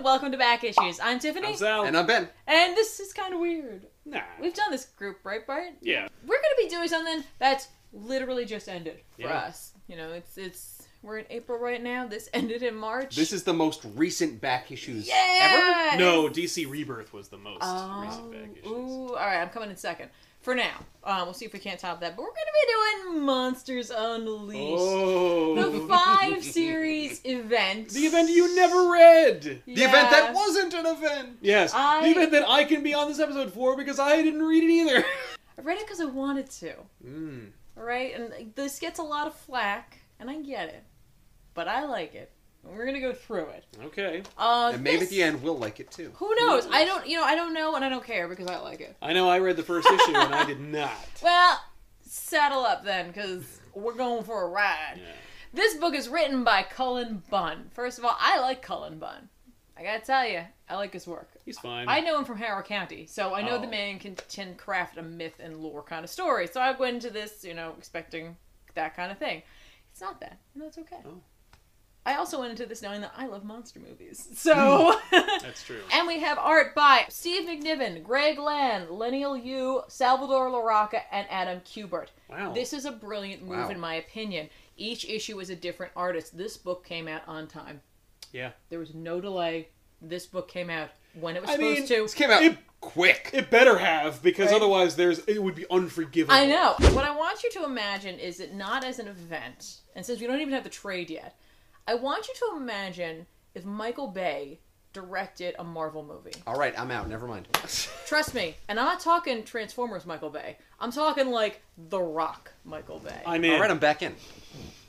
Black Issues. I'm Tiffany, I'm Sal. And I'm Ben. and this is kind of weird. nah. We've done this group, right, Bart? Yeah. We're gonna be doing something that's literally just ended for Yeah. us. You know, it's it's we're in April right now. This ended in March. This is the most recent back issues yeah. ever. No, DC Rebirth was the most Oh, recent back issues. Ooh, all right, I'm coming in second. For now, um, we'll see if we can't top that. But we're gonna be doing Monsters Unleashed, Oh. the five series event. The event you never read. The event that Yeah. wasn't an event. Yes. I- The event that I can be on this episode for because I didn't read it either. I read it because I wanted to. Mm. All right, and like, this gets a lot of flack, and I get it, but I like it. And we're gonna go through it. Okay. Uh, And maybe at this- the end we'll like it too. Who knows? I don't. You know, I don't know, and I don't care because I like it. I know I read the first issue and I did not. Well, saddle up then, because we're going for a ride. Yeah. This book is written by Cullen Bunn. First of all, I like Cullen Bunn. I gotta tell you, I like his work. He's fine. I know him from Harrow County, so I know the Oh. man can, can craft a myth and lore kind of story. So I went into this, you know, expecting that kind of thing. It's not that, and that's okay. Oh. I also went into this knowing that I love monster movies. So. That's true. And we have art by Steve McNiven, Greg Land, Leniel Yu, Salvador LaRocca, and Adam Kubert. Wow. This is a brilliant move, Wow. in my opinion. Each issue is a different artist. This book came out on time. Yeah. There was no delay. This book came out when it was I supposed mean, to. This came out It- quick. It better have because Right. otherwise there's it would be unforgivable. I know. What I want you to imagine is it not as an event, and since we don't even have the trade yet, I want you to imagine if Michael Bay directed a Marvel movie. All right, I'm out. Never mind. Trust me, and I'm not talking Transformers Michael Bay. I'm talking like The Rock Michael Bay. I'm in. All right, I'm back in.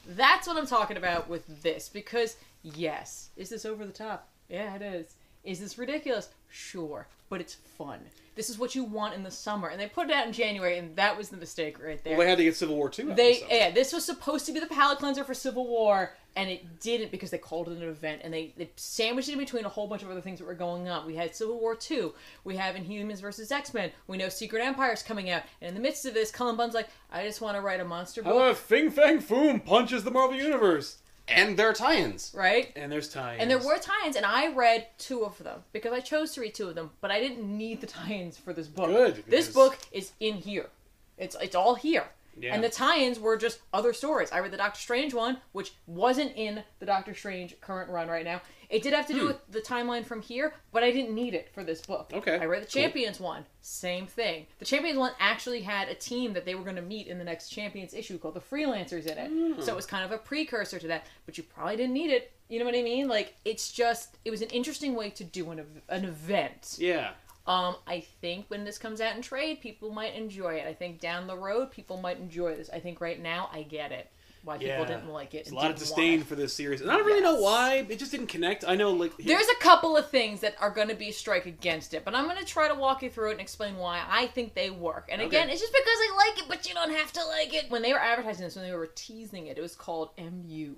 That's what I'm talking about with this because yes, is this over the top? Yeah, it is. Is this ridiculous? Sure, but it's fun. This is what you want in the summer, and they put it out in January, and that was the mistake right there. well, they had to get Civil War too. out They this summer. yeah, this was supposed to be the palate cleanser for Civil War, and it didn't because they called it an event, and they, they sandwiched it in between a whole bunch of other things that were going on. We had Civil War two, we have Inhumans versus X Men, we know Secret Empire's coming out, and in the midst of this, Cullen Bunn's like, I just want to write a monster book, How about Fing Fang Foom punches the Marvel Universe? And there are tie-ins. right? And there's tie. And there were tie-ins, and I read two of them because I chose to read two of them, but I didn't need the tie-ins for this book. Good, This because- book is in here. It's it's all here. Yeah. And the tie-ins were just other stories. I read the Doctor Strange one, which wasn't in the Doctor Strange current run right now. It did have to do Hmm. with the timeline from here, but I didn't need it for this book. Okay, I read the cool. Champions one, same thing. The Champions one actually had a team that they were going to meet in the next Champions issue called the Freelancers in it. Hmm. So it was kind of a precursor to that, but you probably didn't need it. You know what I mean? Like it's just it was an interesting way to do an ev- an event. Yeah. Um, I think when this comes out in trade, people might enjoy it. I think down the road, people might enjoy this. I think right now, I get it why people Yeah. didn't like it. There's and a lot of didn't disdain want for this series, and I don't really know Yes. why. It just didn't connect. I know, like, it. There's a couple of things that are going to be a strike against it, but I'm going to try to walk you through it and explain why I think they work. And again, Okay. it's just because I like it, but you don't have to like it. When they were advertising this, when they were teasing it, it was called MU,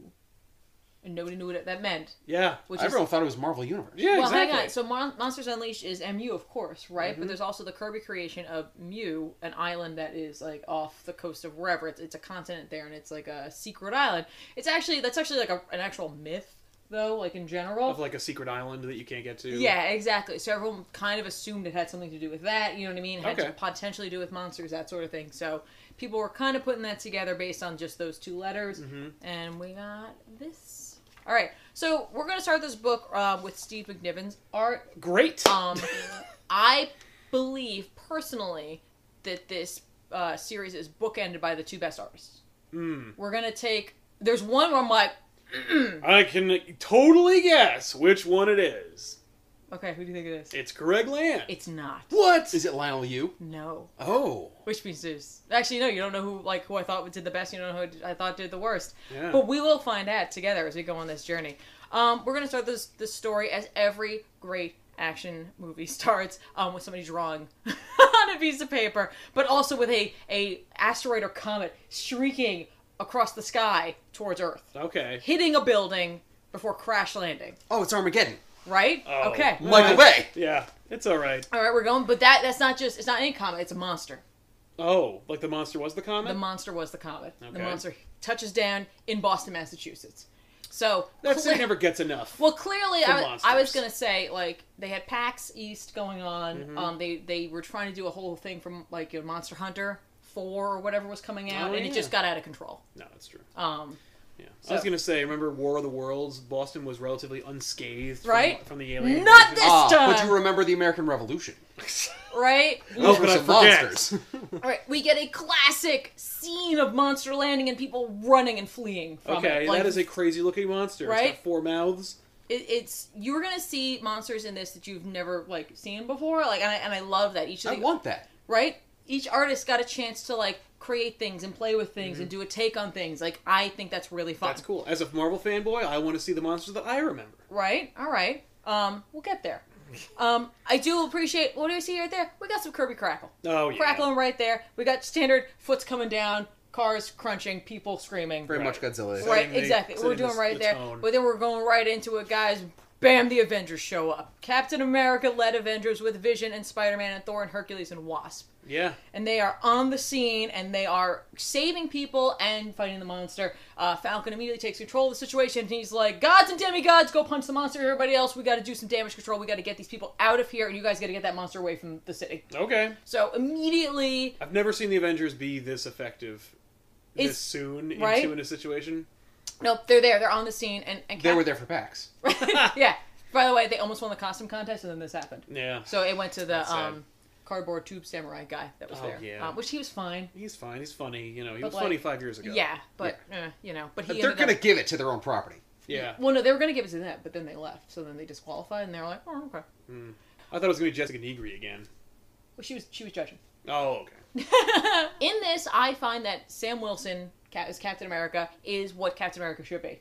and nobody knew what that meant. yeah, Which is Everyone thought it was Marvel Universe. yeah, well, exactly. Mm-hmm. hang on. So Mon- Monsters Unleashed is MU, of course, right? But there's also the Kirby creation of Mu, an island that is like off the coast of wherever. It's, it's a continent there, and it's like a secret island. It's actually that's actually like a, an actual myth, though, like in general. Of like a secret island that you can't get to. yeah, exactly. So everyone kind of assumed it had something to do with that. You know what I mean? It had to Okay. potentially do with monsters, that sort of thing. So people were kind of putting that together based on just those two letters Mhm. and we got this. All right, so we're gonna start this book uh, with Steve McNiven's art. Great. Um, I believe personally that this uh, series is bookended by the two best artists. Mm. We're gonna take. There's one where I'm like, I can totally guess which one it is. okay, who do you think it is? It's Greg Land. It's not. What? Is it Lionel U? No. Oh. Which means there's actually no. You don't know who like who I thought did the best. You don't know who I thought did the worst. Yeah. But we will find out together as we go on this journey. Um, we're gonna start this this story as every great action movie starts um, with somebody drawing on a piece of paper, but also with a a asteroid or comet shrieking across the sky towards Earth, okay. hitting a building before crash landing. Oh, it's Armageddon. Right? Oh. Okay. Michael Alright. Bay. Yeah, it's all right. All right, we're going. But that that's not just it's not any comet. It's a monster. Oh, like the monster was the comet. The monster was the comet. The Okay. monster touches down in Boston, Massachusetts. So That cle- city never gets enough. well, clearly, For I, was- I was monsters. gonna say like they had PAX East going on. Mm-hmm. Um, they they were trying to do a whole thing from like you know, Monster Hunter Four or whatever was coming out, Oh, and yeah. it just got out of control. no, that's true. Um, Yeah. I was So- gonna say, remember War of the Worlds? Boston was relatively unscathed, from- Right? From, the alien. Not invasion. this Ah, but time. you remember the American Revolution. right? Oh, Those but were I some forget. monsters. Oh. All right, we get a classic scene of Monster Landing and people running and fleeing from it. Okay, Like, that is a crazy looking monster. It's Right? got four mouths. it- it's you're gonna see monsters in this that you've never like seen before. Like, and I, and I love that each of I the want that. right? Each artist got a chance to like create things and play with things and do a take on things. Like I think that's really fun. Mm-hmm. That's cool. As a Marvel fanboy, I want to see the monsters that I remember. Right? All right. Um, we'll get there. Um, I do appreciate what do you see right there? We got some Kirby crackle. Oh yeah. Crackling right there. We got standard foot's coming down, cars crunching, people screaming. Very Right. much Godzilla. So- Right, Setting the- exactly. We're setting doing the- right the there. tone. But then we're going right into it, guys. Bam, the Avengers show up. Captain America led Avengers with Vision and Spider Man and Thor and Hercules and Wasp. Yeah. and they are on the scene and they are saving people and fighting the monster. Uh, Falcon immediately takes control of the situation and he's like, "Gods and demigods, go punch the monster! Everybody else, we got to do some damage control. We got to get these people out of here, and you guys got to get that monster away from the city." Okay. So immediately, I've never seen the Avengers be this effective this It's- soon right? into in a situation. nope, they're there. They're on the scene, and, and They Cap- were there for PAX. yeah. By the way, they almost won the costume contest, and then this happened. Yeah. So it went to the That's sad. um, cardboard tube samurai guy that was Oh, there, yeah. um, which he was fine. He's fine. He's funny. You know, he But, was funny like, five years ago. Yeah, but uh, you know, but he But ended they're up- going to give it to their own property. Yeah. Well, no, they were going to give it to them, but then they left. So then they disqualified, and they were like, "Oh, okay." I thought it was gonna be Jessica Negri again. Well, she was she was judging. Oh, okay. In this, I find that Sam Wilson Cap- as Captain America is what Captain America should be.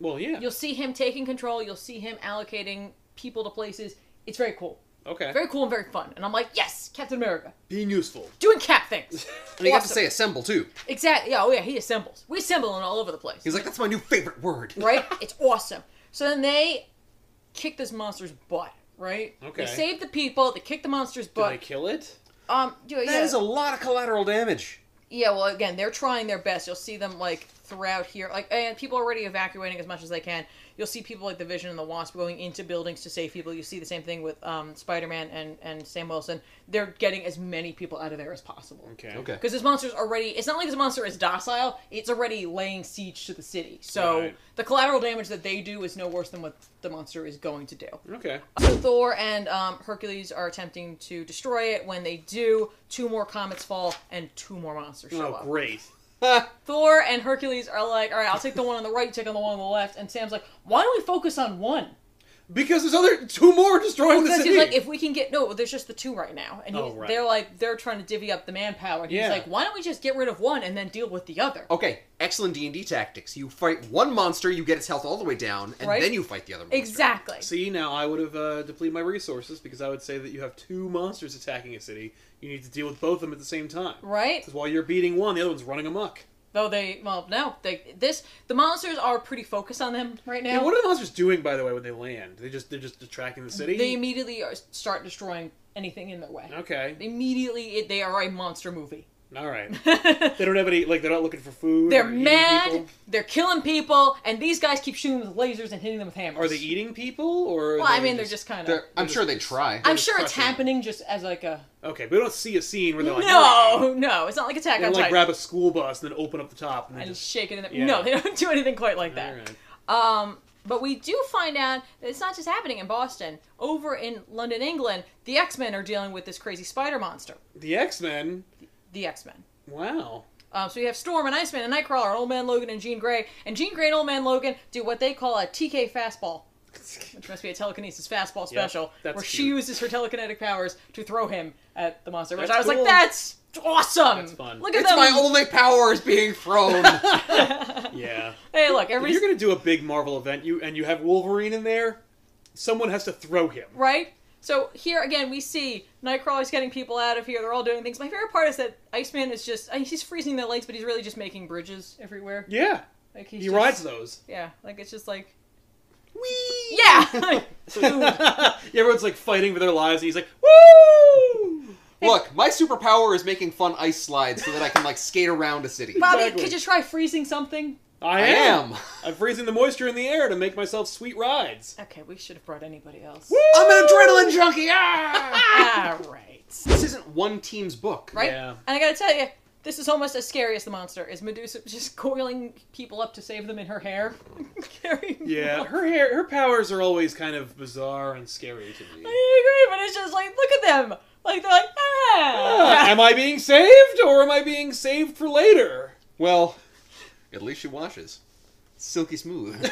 Well, yeah. You'll see him taking control. You'll see him allocating people to places. It's very cool, Okay. very cool and very fun. And I'm like, yes, Captain America Being useful. doing Cap things. And you got to Awesome. say assemble, too. exactly. Yeah. Oh yeah. He assembles. We assemble in all over the place. He's like, that's my new favorite word. right? It's awesome. So then they kick this monster's butt. Right. Okay. They save the people. They kick the monster's Did butt. they kill it? um. Yeah, That yeah. is a lot of collateral damage. Yeah, well, again, they're trying their best. You'll see them like throughout here, like and people are already evacuating as much as they can. You'll see people like the Vision and the Wasp going into buildings to save people. You see the same thing with um, Spider-Man and and Sam Wilson. They're getting as many people out of there as possible. Okay. Okay. Because this monster's already, it's not like this monster is docile, it's already laying siege to the city. So Right. the collateral damage that they do is no worse than what the monster is going to do. Okay. Thor and um, Hercules are attempting to destroy it. When they do, two more comets fall and two more monsters show Oh, up. great. Thor and Hercules are like, all right, I'll take the one on the right, take on the one on the left. And Sam's like, why don't we focus on one? Because there's other two more destroying the Because city. he's like, if we can get no, there's just the two right now, and he's, Oh, right. they're like, they're trying to divvy up the manpower. And he's Yeah. like, why don't we just get rid of one and then deal with the other? Oh. Okay, excellent D&D tactics. You fight one monster, you get its health all the way down, and Right? then you fight the other monster. Exactly. See, now I would have uh, depleted my resources because I would say that you have two monsters attacking a city. You need to deal with both of them at the same time. Right? Because while you're beating one, the other one's running amok. Though they, well, no, they this the monsters are pretty focused on them right now. Yeah, what are the monsters doing, by the way, when they land? They just they're just attracting the city. they immediately are, start destroying anything in their way. okay, Immediately, it, they are a monster movie. all right. they don't have any like they're not looking for food. They're or eating mad. people. They're killing people, and these guys keep shooting them with lasers and hitting them with hammers. Are they eating people or? are Well, I they mean, they're just kind of. They're- I'm sure they try. I'm just sure it's crushing them. happening just as like a. okay, but we don't see a scene where they're like No, no, it's not like Attack They on like Titan. grab a school bus and then open up the top and then and just. shake it in the. Yeah. No, they don't do anything quite like All that. right. Um, but we do find out that it's not just happening in Boston. Over in London, England, the X Men are dealing with this crazy spider monster. The X Men. The X Men. Wow. Um, so you have Storm and Iceman and Nightcrawler and Old Man Logan and Jean Grey. And Jean Grey and Old Man Logan do what they call a TK fastball, which must be a telekinesis fastball Yeah, special, that's where she cute. uses her telekinetic powers to throw him at the monster. Which That's I was like, cool. that's awesome. That's fun. Look at It's them. my only power is being thrown. Yeah. hey, look, If everybody's you're gonna do a big Marvel event, you and you have Wolverine in there. Someone has to throw him. right? So here again, we see Nightcrawler's getting people out of here. They're all doing things. My favorite part is that Iceman is just I mean, he's freezing their legs, but he's really just making bridges everywhere. Yeah, Like he's he just- rides those. Yeah, like it's just like Whee! yeah. Like, dude. yeah, everyone's like fighting for their lives, and he's like, "Woo!" Look, my superpower is making fun ice slides so that I can like skate around a city. Bobby, Exactly. could you try freezing something? I I am. am. I'm freezing the moisture in the air to make myself sweet rides. Okay, we should have brought anybody else. I'm an adrenaline junkie. Ah! All right. this isn't one team's book. Right? Yeah. And I gotta tell you, this is almost as scary as the monster. Is Medusa just coiling people up to save them in her hair? Carrying them Yeah, out. her hair, her powers are always kind of bizarre and scary to me. I agree, but it's just like, look at them. Like they're like, Ah, ah. am I being saved or am I being saved for later? Well, at least she washes. Silky smooth.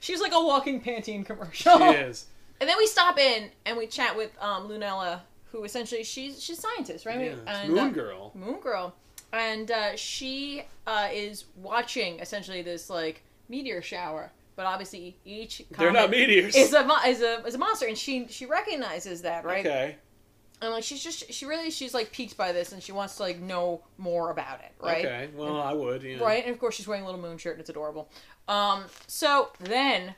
She's like a walking Pantene commercial. She is. And then we stop in and we chat with um, Lunella, who essentially she's she's a scientist, right? Yeah, it's and, uh, Moon Girl. Moon Girl, and uh, she uh, is watching essentially this like meteor shower. But obviously, each They're comet not meteors. is a mo- is a is a monster, and she she recognizes that, right? Okay. And like she's just she really she's like piqued by this, and she wants to like know more about it, right? Okay. Well, I would. Yeah. Right, and of course she's wearing a little moon shirt, and it's adorable. Um, so then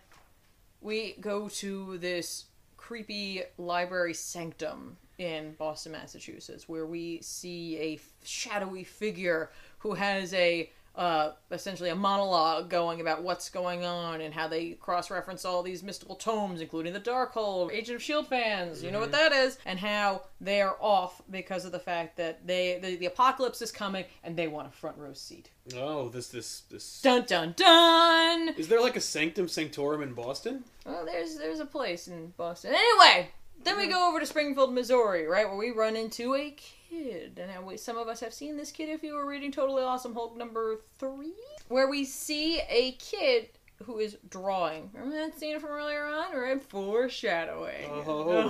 we go to this creepy library sanctum in Boston, Massachusetts, where we see a f- shadowy figure who has a uh, essentially a monologue going about what's going on and how they cross-reference all these mystical tomes, including the Darkhold, Agent of Shield E fans, you know what that is, and how they are off because of the fact that they the, the apocalypse is coming and they want a front row seat. Oh, this, this, this. Dun dun dun. Is there like a sanctum sanctorum in Boston? Well, there's there's a place in Boston. Anyway, then we go over to Springfield, Missouri, right, where we run into a kid, and how we, some of us have seen this kid if you were reading Totally Awesome Hulk number three, where we see a kid who is drawing. Remember that scene from earlier on? We're in foreshadowing. Oh, ho, ho.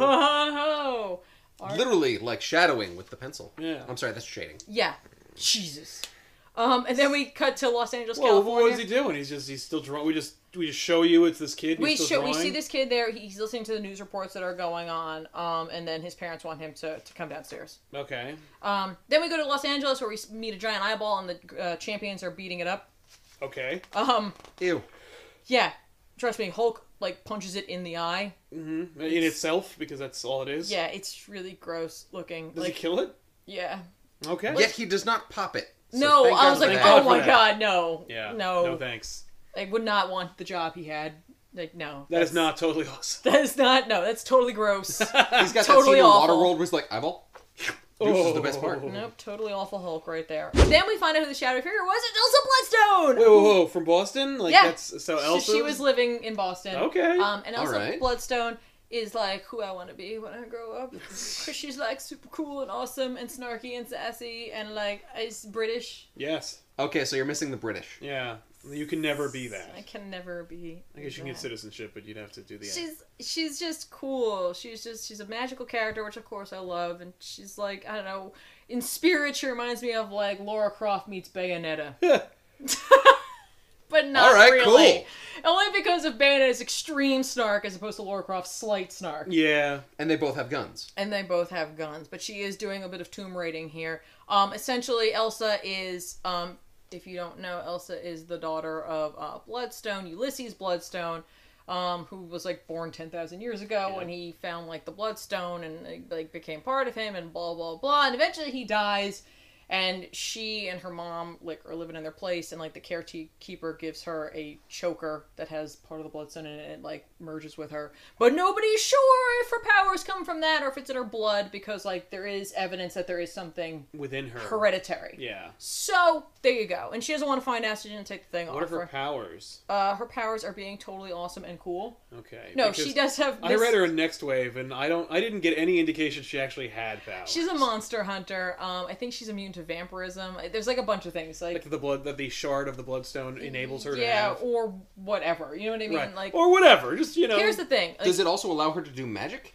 Oh, Art- Literally like shadowing with the pencil. Yeah. I'm sorry, that's shading. yeah, Jesus. Um, and then we cut to Los Angeles, Well, California. what was he doing? He's just he's still drawing. We just we just show you it's this kid. and we he's show, still we drawing. see this kid there. He's listening to the news reports that are going on, um, and then his parents want him to, to come downstairs. Okay. Um, then we go to Los Angeles where we s- meet a giant eyeball, and the uh, champions are beating it up. Okay. Um, Ew. yeah, trust me, Hulk like punches it in the eye. hmm In itself, because that's all it is. Yeah, it's really gross looking. Does like, he kill it? yeah. Okay. Yet he does not pop it. So no, thank I God was for like, that. oh God for my that." god, no, Yeah. no, thanks. I would not want the job he had. Like, no, That is not totally awesome. That is not. No, that's totally gross. He's got Totally that scene in awful. Waterworld where he's like, eyeball. This is the best part. Whoa, nope, totally awful Hulk right there. Then we find out who the shadow figure was. It's Elsa Bloodstone. whoa, whoa! From Boston, like Yeah. that's so. So Elsa. she was living in Boston. Okay. Um, and Elsa Alright. Bloodstone is like who I want to be when I grow up. 'Cause she's like super cool and awesome and snarky and sassy and like is British. yes. Oh. Okay, so you're missing the British. Yeah. You can never be that. I can never be. I guess you can that. get citizenship, but you'd have to do the. She's she's just cool. She's just she's a magical character, which of course I love. And she's like I don't know, in spirit she reminds me of like Laura Croft meets Bayonetta. but not All right, really. Only because of Bayonetta's extreme snark as opposed to Laura Croft's slight snark. yeah. And they both have guns. And they both have guns, but she is doing a bit of tomb raiding here. Um, essentially, Elsa is, um, if you don't know, Elsa is the daughter of uh, Bloodstone, Ulysses Bloodstone, um, who was like born ten thousand years ago when he found like the Bloodstone and like became part of him, and blah blah blah. And eventually, he dies, and she and her mom like are living in their place, and like the carekeeper gives her a choker that has part of the Bloodstone in it, and it like merges with her. But nobody's sure if her powers come from that or if it's in her blood because like there is evidence that there is something Within her. hereditary. Yeah. So there you go. And she doesn't want to find out. so She didn't take the thing What are off her her. powers? Uh, her powers are being totally awesome and cool. Okay. No, because she does have. I this- read her in Next Wave, and I don't. I didn't get any indication she actually had powers. She's a monster hunter. Um, I think she's immune to vampirism. There's like a bunch of things like, like the blood that the shard of the bloodstone enables her to yeah, have. or whatever. You know what I mean? Right. Like, or whatever. Just you know. here's the thing. Like, Does it also allow her to do magic?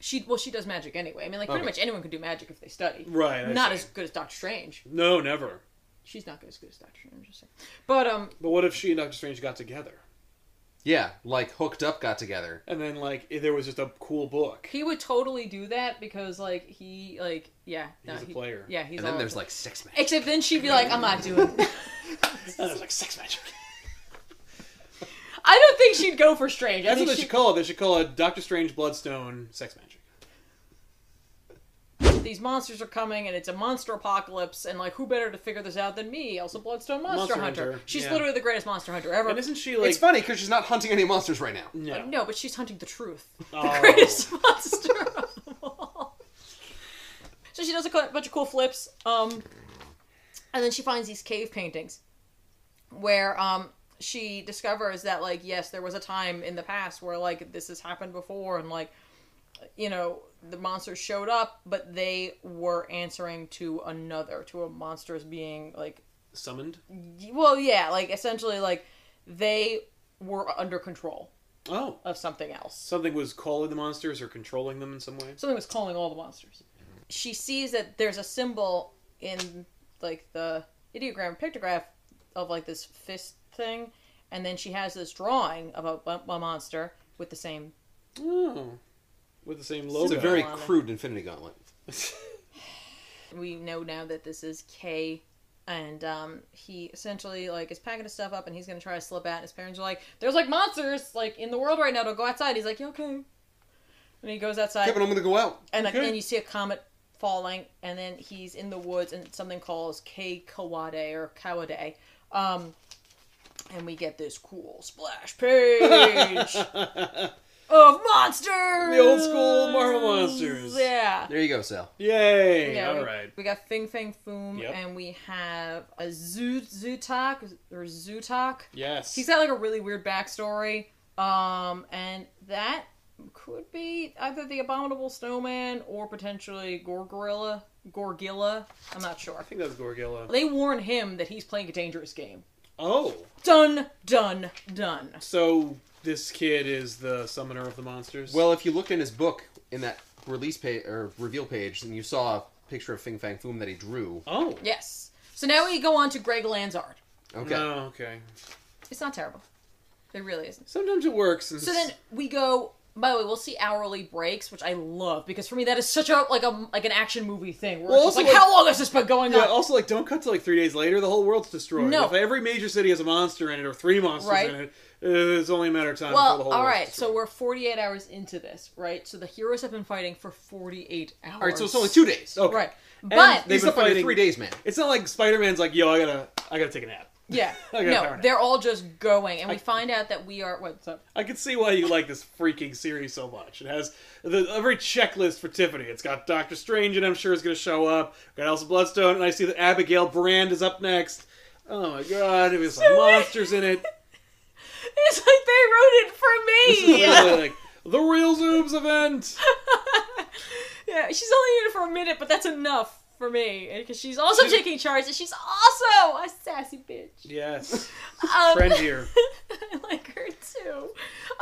she well, she does magic anyway. I mean, like pretty Okay. much anyone can do magic if they study. Right, I not see. as good as Doctor Strange. no, never. She's not good as good as Doctor Strange. Just saying. But um, But what if she and Doctor Strange got together, Yeah, like hooked up got together. and then like if there was just a cool book? he would totally do that because like he like yeah no, He's a he- player. Yeah, he's and then all- there's like sex magic. Except then she'd be like, I'm not doing that. And there's like sex magic. I don't think she'd go for strange. I That's what think they she, should call it. They should call it Doctor Strange Bloodstone Sex Magic. these monsters are coming and it's a monster apocalypse and like who better to figure this out than me elsa bloodstone monster, Monster hunter. Hunter, she's yeah. literally the greatest monster hunter ever And isn't she like? it's funny because she's not hunting any monsters right now. no. no but she's hunting the truth Oh. greatest monster of them all. So she does a co- bunch of cool flips, um, and then she finds these cave paintings where um, she discovers that, like, yes, there was a time in the past where, like, this has happened before, and, like, you know, the monsters showed up, but they were answering to another, to a monster's being, like, Summoned. well, yeah, like, essentially, like, they were under control Oh, of something else. something was calling the monsters or controlling them in some way. something was calling all the monsters. She sees that there's a symbol in like the ideogram pictograph of like this fist thing, and then she has this drawing of a, a monster with the same. Oh, with the same It's logo. a very Gauntlet. crude Infinity Gauntlet. We know now that this is K, and um, he essentially like is packing his stuff up, and he's gonna try to slip out. And his parents are like, "There's like monsters like in the world right now. Don't go outside." He's like, "Yeah, "Okay," and he goes outside. Yeah, but I'm gonna go out. and Okay. then you see a comet falling, and then he's in the woods, and something calls K Kawade or Kawade, um, and we get this cool splash page of monsters, The old school Marvel monsters. Yeah, There you go, Sal. Yay! yeah. All we, right. we got Fing Fang Foom, Yep. and we have a Zoo Zutak or Zutak. Yes. He's got like a really weird backstory. Um, and that could be either the abominable snowman or potentially Gorgorilla. Gorgilla. I'm not sure. I think that's Gorgilla. They warn him that he's playing a dangerous game. Oh, Dun dun dun. so this kid is the summoner of the monsters. Well, if you looked in his book in that release page or reveal page, and you saw a picture of Fing Fang Foom that he drew. Oh. Yes. So now we go on to Greg Lanzard. Okay. No, Oh, okay. It's not terrible. It really isn't. Sometimes it works. And So then we go. By the way, we'll see hourly breaks, which I love because for me that is such a like a like an action movie thing. Where Well, it's just also, like, like- how long has this been going Yeah, on? also, like, don't cut to like three days later. The whole world's destroyed. No. If every major city has a monster in it or three monsters Right. in it, uh, it's only a matter of time. before the Well, whole all world's right. So destroyed. we're 48 hours into this, right? So the heroes have been fighting for 48 hours. All right. So it's only two days. Okay. Right, but they- They've He's been not fighting fighting- three days, man. It's not like Spider-Man's like, yo, I gotta, I gotta take a nap. yeah, Okay, fair no, enough. they're all just going, and we I- find out that we are what's up. I can see why you like this freaking series so much. It has the, every checklist for Tiffany. It's got Doctor Strange, and I'm sure is going to show up. Got Elsa Bloodstone, and I see that Abigail Brand is up next. Oh my god, it was So- monsters in it. It's like they wrote it for me. yeah. Literally, like the Real Zooms event. she's only in it for a minute, but that's enough for me because she's also taking charge, and she's also a sassy bitch. Yes, Um, trendier. I like her too.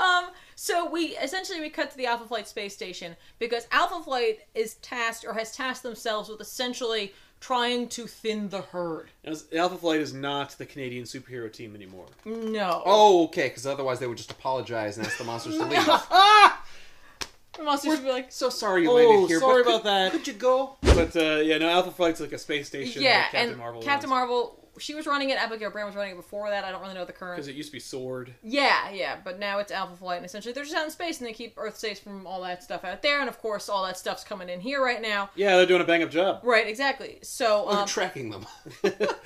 Um, so we essentially we cut to the Alpha Flight space station because Alpha Flight is tasked or has tasked themselves with essentially trying to thin the herd. Now, Alpha Flight is not the Canadian superhero team anymore. No. Oh, okay. Because otherwise they would just apologize and ask the monsters to leave. Ah! The monsters would be like so sorry you Oh, landed here. but sorry could- about that. Could you go? But uh, yeah, no, Alpha Flight's like a space station. Yeah, like Captain and Marvel. Captain Marvel she was running it, Abigail Brand was running it before that. I don't really know the current Because it used to be Sword. Yeah, yeah, but now it's Alpha Flight, and essentially they're just out in space, and they keep Earth safe from all that stuff out there, and of course all that stuff's coming in here right now. Yeah, they're doing a bang up job. Right, exactly. So, We're um, tracking them.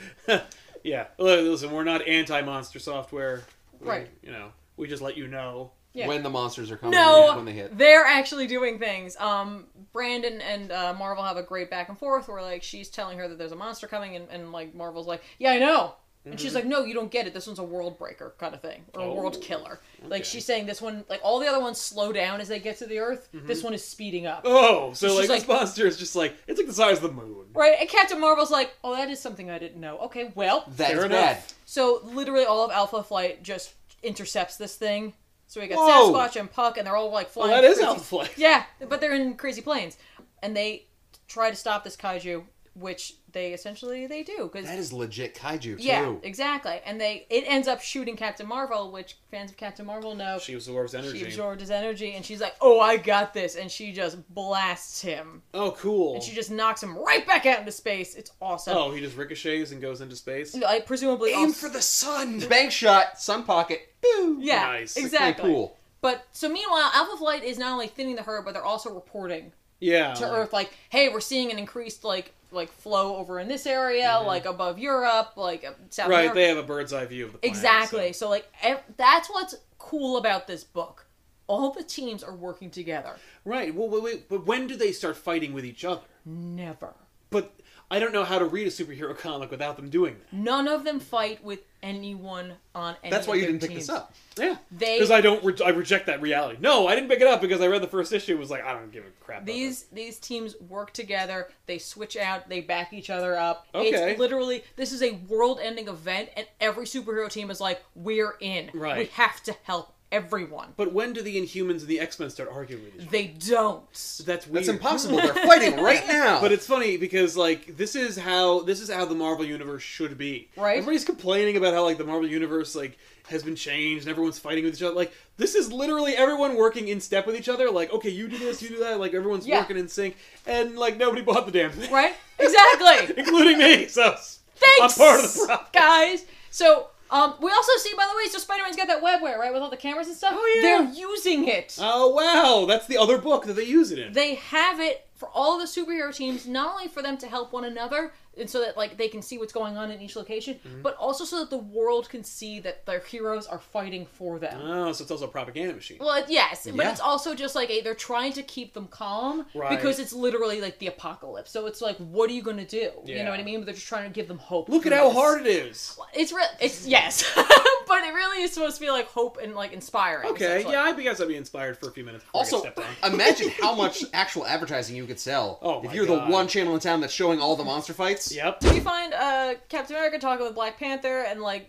yeah. Look, Listen, we're not anti monster software. We- Right. You know, we just let you know. Yeah. When the monsters are coming. No, and When they hit. they're actually doing things. Um, Brandon and uh, Marvel have a great back and forth where like she's telling her that there's a monster coming, and, and like Marvel's like, yeah, I know. And she's like, no, you don't get it. This one's a world breaker kind of thing, or a Mm-hmm. Oh, world killer. okay. Like she's saying, this one, like all the other ones, slow down as they get to the Earth. This one is speeding up, Mm-hmm. Oh, so It's like, just this like- monster is just like it's like the size of the moon. right? And Captain Marvel's like, oh, that is something I didn't know. Okay, well, That Fair is enough. bad. So literally, all of Alpha Flight just intercepts this thing. So we got Whoa. Sasquatch and Puck, and they're all like Well, flying. Oh, that is crazy- Alpha Flight. Yeah, but they're in crazy planes, and they try to stop this kaiju, which they essentially they do because That is legit kaiju too. yeah, exactly. And they it ends up shooting Captain Marvel, which fans of Captain Marvel know she, She absorbs energy. absorbed his energy, and she's like, "Oh, I got this," and she just blasts him, oh, cool. and she just knocks him right back out into space. It's awesome. oh, he just ricochets and goes into space. I presumably Aim oh. also- for the sun. Bank shot. Sun pocket. Boom. yeah, Nice. exactly. Play pool. But so meanwhile, Alpha Flight is not only thinning the herd, but they're also reporting yeah. to like- Earth, like, hey, we're seeing an increased like like flow over in this area, Mm-hmm. like above Europe, like uh, South Right, America. they have a bird's eye view of the planet. exactly. so- So, like, ev- that's what's cool about this book. All the teams are working together. Right. Well, wait, wait, but when do they start fighting with each other? Never. But I don't know how to read a superhero comic without them doing that. None of them fight with anyone on any. That's why of you their didn't pick teams. this up. Yeah. They- Because I don't. Re- I reject that reality. No, I didn't pick it up because I read the first issue. and Was like, I don't give a crap. about These these teams work together. They switch out. They back each other up. Okay. It's literally this is a world-ending event, and every superhero team is like, "We're in. We Right. have to help everyone." But when do the Inhumans and the X Men start arguing with each other? They don't. That's weird. That's impossible. They're fighting right now. But it's funny because like this is how this is how the Marvel universe should be. Right. Everybody's complaining about how like the Marvel universe like has been changed and everyone's fighting with each other. Like this is literally everyone working in step with each other. Like okay, you do this, you do that. Like everyone's Yeah. working in sync, and like nobody bought the damn thing, Right? Exactly. including me. So Thanks, I'm part of the problem. guys. So. Um, we also see, by the way, so Spider-Man's got that webware, right, with all the cameras and stuff. Oh, yeah. They're using it. Oh wow, that's the other book that they use it in. they have it for all the superhero teams, not only for them to help one another and so that like they can see what's going on in each location, Mm-hmm. but also so that the world can see that their heroes are fighting for them. oh, so it's also a propaganda machine. well, it, yes, but Yeah. it's also just like a, they're trying to keep them calm Right. because it's literally like the apocalypse. So it's like, what are you going to do? You Yeah. know what I mean? But they're just trying to give them hope. Look at through how this. hard it is. it's. Re- it's yes, but it really is supposed to be like hope and like inspiring. Okay, essentially. yeah, I guess I'd be inspired for a few minutes. Before I also, get stepped on. imagine how much actual advertising you could sell Oh if my you're God. the one channel in town that's showing all the monster fights. Yep. You find uh, Captain America talking with Black Panther and like,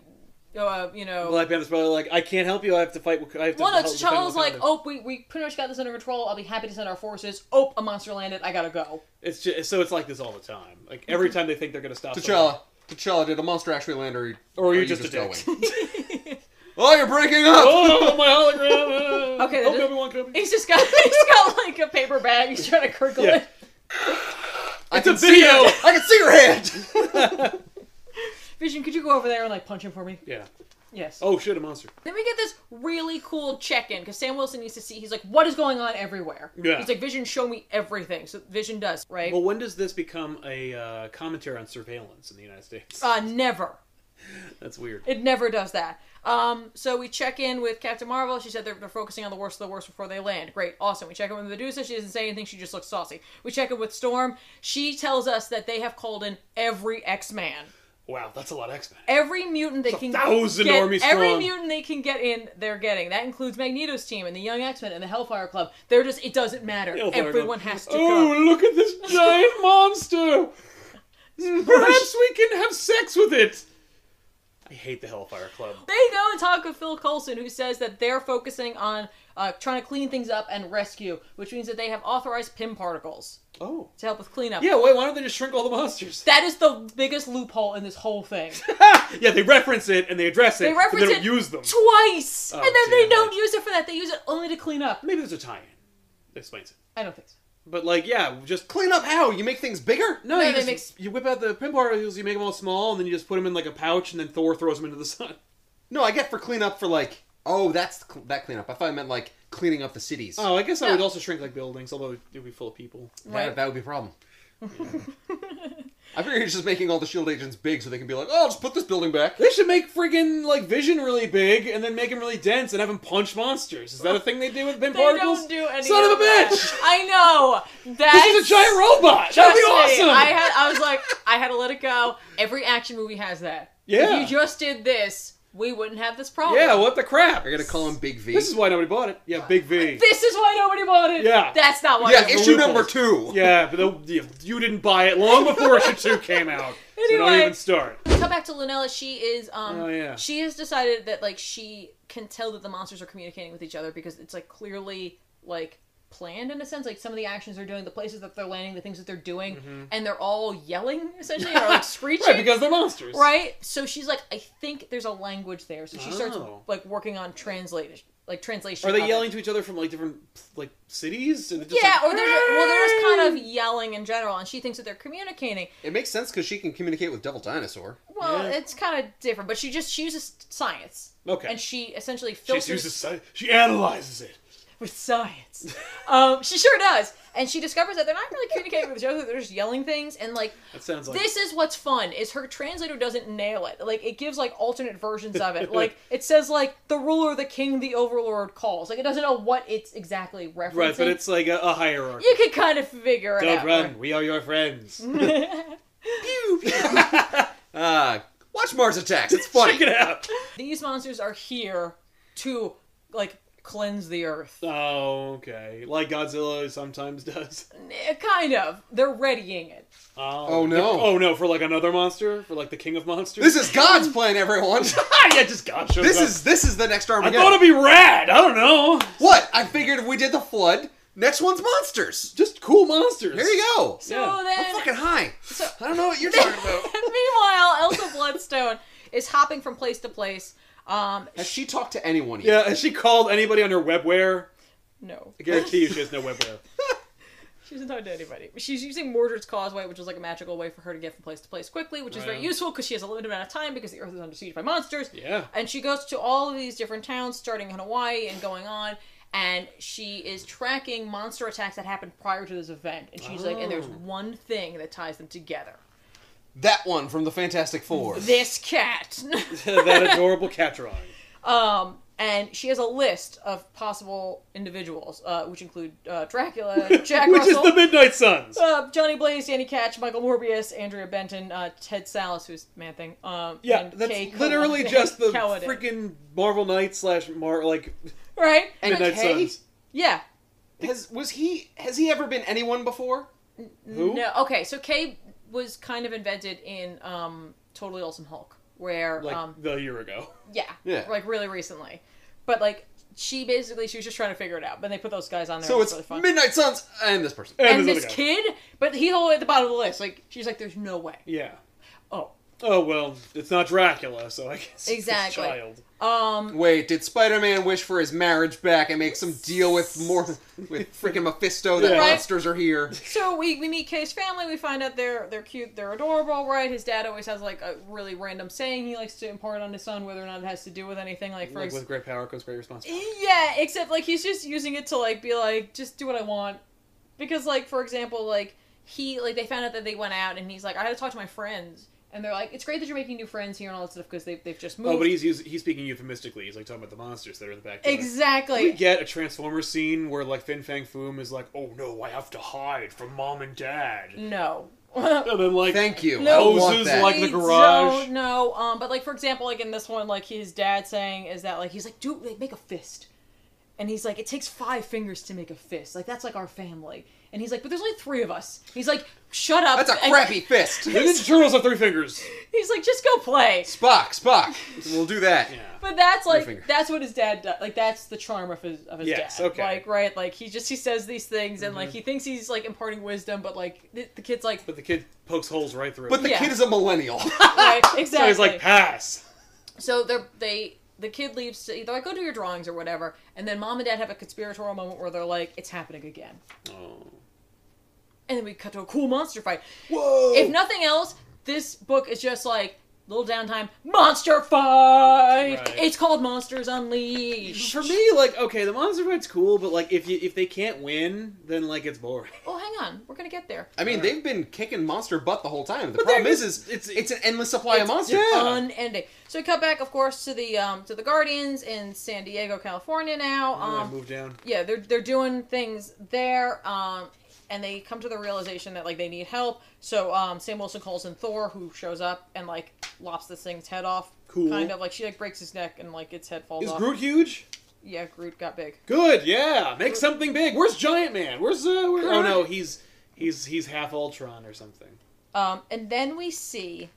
uh, you know, Black Panther's probably like, I can't help you. I have to fight. with- I have to. Well, no, help T'Challa's defend like, Wakanda." oh, we, we pretty much got this under control. I'll be happy to send our forces. Oh, a monster landed. I gotta go. It's just, so it's like this all the time. Like every time they think they're gonna stop T'Challa. T'Challa, did a monster actually land or, Or are you're you just a dick. going? oh, you're breaking up! Oh, my hologram! uh, Okay, that hope is- everyone can. He's just got he's got like a paper bag. He's trying to crinkle Yeah. it. I It's a can see her- video! I can see her hand! Vision, could you go over there and like punch him for me? Yeah. Yes. Oh shit, a monster. Then we get this really cool check in because Sam Wilson needs to see. He's like, what is going on everywhere? Yeah. He's like, Vision, show me everything. So Vision does, right? Well, when does this become a uh, commentary on surveillance in the United States? uh, never. That's weird. It never does that. Um, so we check in with Captain Marvel. She said they're, they're focusing on the worst of the worst before they land. Great, awesome. We check in with Medusa. She doesn't say anything. She just looks saucy. We check in with Storm. She tells us that they have called in every X Man, Wow, that's a lot of X Men. every mutant they It's a can thousand get. army Every strong. mutant they can get in, they're getting. That includes Magneto's team and the Young X Men and the Hellfire Club. They're just. It doesn't matter. Everyone has to Oh, go. look at this giant monster! Perhaps we can have sex with it. I hate the Hellfire Club. They go and talk with Phil Coulson, who says that they're focusing on uh, trying to clean things up and rescue, which means that they have authorized PIM particles. Oh. to help with cleanup. Yeah, wait, why don't they just shrink all the monsters? That is the biggest loophole in this whole thing. yeah, they reference it and they address it, They but reference they don't it use them. twice, Oh, and then they damn it. don't use it for that. They use it only to clean up. Maybe there's a tie-in. That explains it. I don't think so. But like, yeah, just Clean up how? You make things bigger? no. No, you, they just, mix- you whip out the pin particles, you make them all small, and then you just put them in like a pouch, and then Thor throws them into the sun. No, I get for cleanup for like, oh, that's cl- that cleanup. I thought I meant like cleaning up the cities. Oh, I guess I Yeah. would also shrink like buildings, although it would be full of people. that, Right. that would be a problem. I figure he's just making all the shield agents big so they can be like, oh, just put this building back. They should make friggin' like Vision really big, and then make him really dense, and have him punch monsters. Is that a thing they do with pin They particles? don't do any Son of a that. bitch! I know. That's This is a giant robot. That'd be Trust me, awesome. I had. I was like, I had to let it go. Every action movie has that. Yeah. If you just did this, we wouldn't have this problem. yeah, what the crap? They're gonna call him Big V. This is why nobody bought it. Yeah, Big V. This is why nobody bought it. Yeah. That's not why. yeah, it was. issue loopholes. number two. Yeah, but the, you, you didn't buy it long before issue two came out. so don't Anyway. even start. Come back to Lunella. She is. Um, Oh, yeah. She has decided that like she can tell that the monsters are communicating with each other because it's like clearly like planned in a sense. Like some of the actions they're doing, the places that they're landing, the things that they're doing, and they're all yelling essentially or like screeching. Mm-hmm. Right, because they're monsters. Right? So she's like, I think there's a language there. So she starts Oh. like working on translation, like translation. Are of they it. yelling to each other from like different like cities? And they're just Yeah, like, or they're just, well, they're just kind of yelling in general, and she thinks that they're communicating. It makes sense because she can communicate with Devil Dinosaur. Well, Yeah. it's kind of different, but she just she uses science. Okay. And she essentially She just filters uses sci- she analyzes it. with science. um, she sure does. and she discovers that they're not really communicating with each other; they're just yelling things and like That sounds like this is what's fun is her translator doesn't nail it like it gives like alternate versions of it like it says like the ruler the king the overlord calls like it doesn't know what it's exactly referencing right, but it's like a, a hierarchy. you could kind of figure it Don't out run. We are your friends. Mm-hmm. Uh, watch Mars Attacks. It's funny. Check it out. these monsters are here to like cleanse the earth Oh, okay. Like Godzilla sometimes does. Eh, kind of they're readying it Oh, Oh, no. Oh no! For like another monster, for like the king of monsters. This is God's plan, everyone. yeah, just God shows This up. is this is the next I Armageddon. thought it'd be rad. I don't know. What? I figured if we did the flood, next one's monsters. Just cool monsters. There you go. so Yeah. then I'm fucking high. so- I don't know what you're talking about. meanwhile elsa bloodstone is hopping from place to place um Has she talked to anyone yet? Yeah, has she called anybody on her webware? no I guarantee you she has no webware. She doesn't talk to anybody. She's using Mordred's Causeway, which is like a magical way for her to get from place to place quickly, which is very Right. useful because she has a limited amount of time because the Earth is under siege by monsters. Yeah. And she goes to all of these different towns, starting in Hawaii and going on. And she is tracking monster attacks that happened prior to this event. And she's like, and there's Oh. one thing that ties them together. That one from the Fantastic Four. This cat. that adorable cat drawing. um, and she has a list of possible individuals, uh, which include uh, Dracula, Jack Which Russell. is the Midnight Suns. Uh, Johnny Blaze, Danny Ketch, Michael Morbius, Andrea Benton, uh, Ted Salas, who's Man Thing. Um, yeah, and that's Kay literally Kawanin- just the Kawanin. freaking Marvel Knight slash Mar like right. And Midnight Kay? Suns. yeah. Has was he has he ever been anyone before? Who? No. Okay. So Kay was kind of invented in um, Totally Awesome Hulk, where Like um, the year ago. yeah, Yeah. like really recently, but like she basically she was just trying to figure it out. But they put those guys on there. So and it's really fun. Midnight Suns and this person. and other this guy. kid, but he's all the way at the bottom of the list. Like she's like, there's no way. Yeah. Oh, Oh well, it's not Dracula, so I guess it's his Exactly. child. um, Wait, did Spider-Man wish for his marriage back and make some deal with more with freaking Mephisto that Yeah. Right. monsters are here? So we, we meet Kay's family. We find out they're they're cute, they're adorable, right? His dad always has like a really random saying he likes to impart on his son, whether or not it has to do with anything. Like for Like ex- with great power comes great responsibility. yeah, except like he's just using it to like be like just do what I want, because like for example like he like they found out that they went out and he's like I had to talk to my friends and they're like it's great that you're making new friends here and all that stuff because they they've just moved. Oh, but he's he's speaking euphemistically. He's like talking about the monsters that are in the backyard. exactly. We get a Transformers scene where like Fin Fang Foom is like, "Oh no, I have to hide from mom and dad," no. and then like, Thank you. No. I want Hoses that. like- the We garage. Don't know. Um, but like for example, like in this one, like his dad saying is that like he's like, dude, like make a fist, and he's like, it takes five fingers to make a fist. Like that's like our family, and he's like, but there's only three of us. He's like, shut up. That's a and- crappy fist. the Ninja Turtles have three fingers. He's like, just go play. Spock, Spock. We'll do that. Yeah, But that's like finger. that's what his dad does. Like that's the charm of his of his Yes, dad. okay. Mm-hmm. Like right, like he just he says these things and like he thinks he's like imparting wisdom, but like the, the kid's like but the kid pokes holes right through. But the Yeah. kid is a millennial. right, exactly. so he's like, "Pass." So they're they the kid leaves to they're like go do your drawings or whatever, and then mom and dad have a conspiratorial moment where they're like, It's happening again. Oh. And then we cut to a cool monster fight. Oh. Whoa. If nothing else, this book is just like little downtime monster fight. Right. It's called Monsters Unleashed. For me, like, okay, the monster fight's cool, but like, if you if they can't win, then like it's boring. Oh, hang on, we're gonna get there. I mean, they've been kicking monster butt the whole time. The But problem they're is, just- is it's- it's it's an endless supply of monsters. yeah. Unending. So we cut back, of course, to the um to the Guardians in San Diego, California. Now, I um, move down. yeah, they're they're doing things there, um, and they come to the realization that like they need help. So um, Sam Wilson calls in Thor, who shows up and like lops this thing's head off. Cool. Kind of like she like breaks his neck and like its head falls Is off. Groot huge? Yeah, Groot got big. Good, yeah. Make something big. Where's Giant Man? Where's uh? Where, oh Groot? no, he's he's he's half Ultron or something. Um, and then we see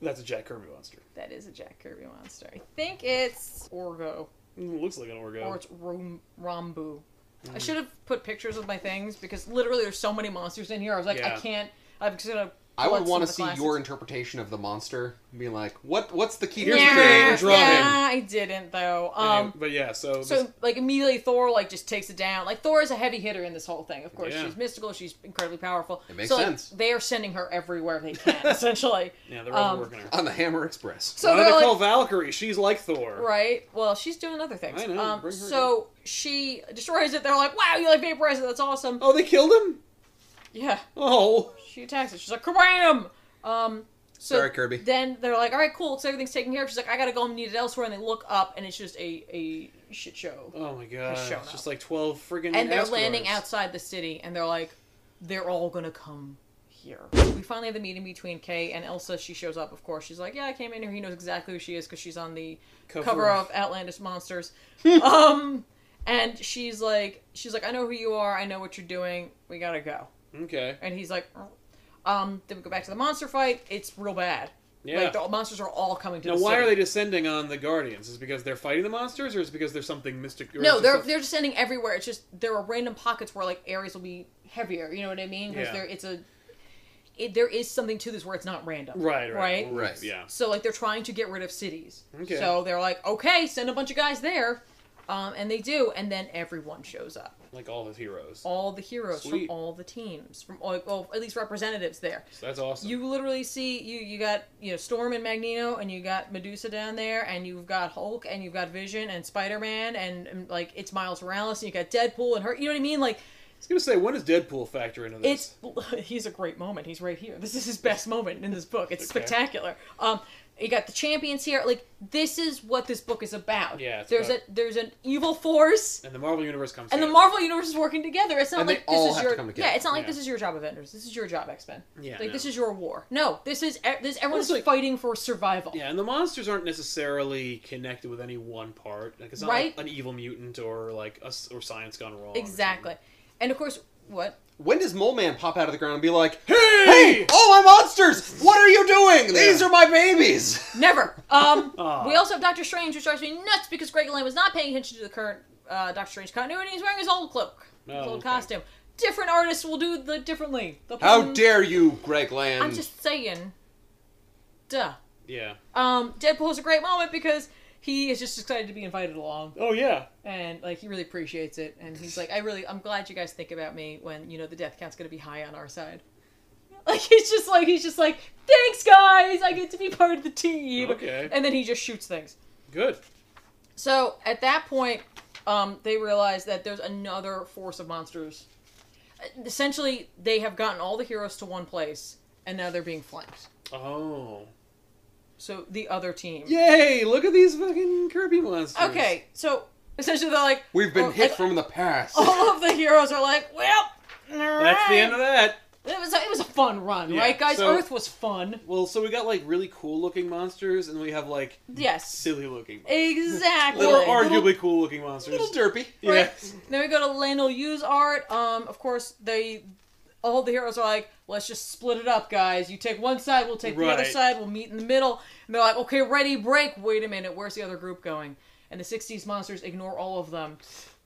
That's a Jack Kirby monster. that is a Jack Kirby monster. I think it's Orgo Mm, looks like an Orgo. or it's Rom- Rombu. I should have put pictures of my things because literally there's so many monsters in here. I was like, Yeah. I can't. I'm just gonna I would What's want in to the see classics? your interpretation of the monster. Being like, what? What's the key? Here's the yeah, thing, draw yeah, him. I didn't though. Um, Anyway, but yeah, so, so like immediately Thor like just takes it down. Like Thor is a heavy hitter in this whole thing. Of course, Yeah. she's mystical. She's incredibly powerful. It makes so, like, sense. They are sending her everywhere they can, essentially. yeah, they're um, overworking her. on the Hammer Express. So Why do they're they like, call Valkyrie? She's like Thor. right? Well, she's doing other things. I know, Um, bring her so she destroys it. They're like, "Wow, you like vaporize it? That's awesome." Oh, they killed him. Yeah. Oh, She attacks it. She's like, "Kabam!" Um. So Sorry, Kirby. Then they're like, "All right, cool. So everything's taken care of." She's like, "I gotta go. I'm needed elsewhere." And they look up, and it's just a a shit show. oh my god! Just showing It's up. just like twelve friggin' and they're asteroids. landing outside the city and they're like they're all gonna come here we finally have the meeting between kay and elsa she shows up of course she's like yeah i came in here he knows exactly who she is because she's on the cover, of outlandish monsters um and she's like she's like i know who you are i know what you're doing we gotta go Okay. and he's like "Oh." um then we go back to the monster fight it's real bad Yeah. like the monsters are all coming to now, the why city. are they descending on the Guardians? Is it because they're fighting the monsters, or is it because there's something mystic? or No, they're is there some- they're just sending everywhere. It's just there are random pockets where like areas will be heavier. You know what I mean? Because Yeah. there it's a it, there is something to this where it's not random. right, right, Right. Right. Yeah. So like they're trying to get rid of cities. Okay. So they're like, okay, send a bunch of guys there, um, and they do, and then everyone shows up. Like all his heroes. All the heroes Sweet. from all the teams, from all, well, at least representatives there. So that's awesome. You literally see you you got you know Storm and Magneto and you got Medusa down there and you've got Hulk and you've got Vision and Spider Man and, and, like it's Miles Morales and you got Deadpool and her you know what I mean like I was gonna say, when does Deadpool factor into this? it's he's a great moment he's right here this is his best moment in this book it's Okay. spectacular um you got the champions here like this is what this book is about Yeah, it's there's about- a there's an evil force and the Marvel universe comes. and the together. Marvel universe is working together. It's not And they like all this is have your to come together. yeah. It's not like Yeah. this is your job, Avengers. This is your job, X Men. Yeah, like no. this is your war. No, this is e- this everyone's Also, like- fighting for survival. Yeah, and the monsters aren't necessarily connected with any one part. Like it's not Right? like an evil mutant or like us or science gone wrong. or exactly. And of course, what When does Mole Man pop out of the ground and be like, something. "Hey, all my monsters! What are you doing? These Yeah. are my babies!" Never. Um, Ah. Aw. we also have Doctor Strange, which drives me nuts because Greg Land was not paying attention to the current uh, Doctor Strange continuity. He's wearing his old cloak, his Oh, old okay. costume. Different artists will do the differently. They'll put How them- dare you, Greg Land? I'm just saying. Duh. Yeah. Um, Deadpool's a great moment because he is just excited to be invited along. Oh yeah. and like he really appreciates it and he's like i really i'm glad you guys think about me when you know the death count's going to be high on our side like he's just like he's just like thanks guys i get to be part of the team Okay. and then he just shoots things Good. so at that point um, they realize that there's another force of monsters essentially they have gotten all the heroes to one place and now they're being flanked Oh. so the other team Yay! Look at these fucking Kirby monsters. okay so essentially they're like We've been oh, hit like, from the past. all of the heroes are like well That's the end of that. It was a, it was a fun run, Yeah, right, guys? so- Earth was fun. Well, so we got like really cool looking monsters, and we have like Yes, silly looking, exactly. or Little arguably cool looking monsters. little derpy. Right? Yes. Then we go to Lionel Yu's art. Um, of course they, all the heroes are like, let's just split it up, guys. You take one side, we'll take the other Right. side. We'll meet in the middle. And they're like, okay, ready, break. Wait a minute, where's the other group going? And the '60s monsters ignore all of them,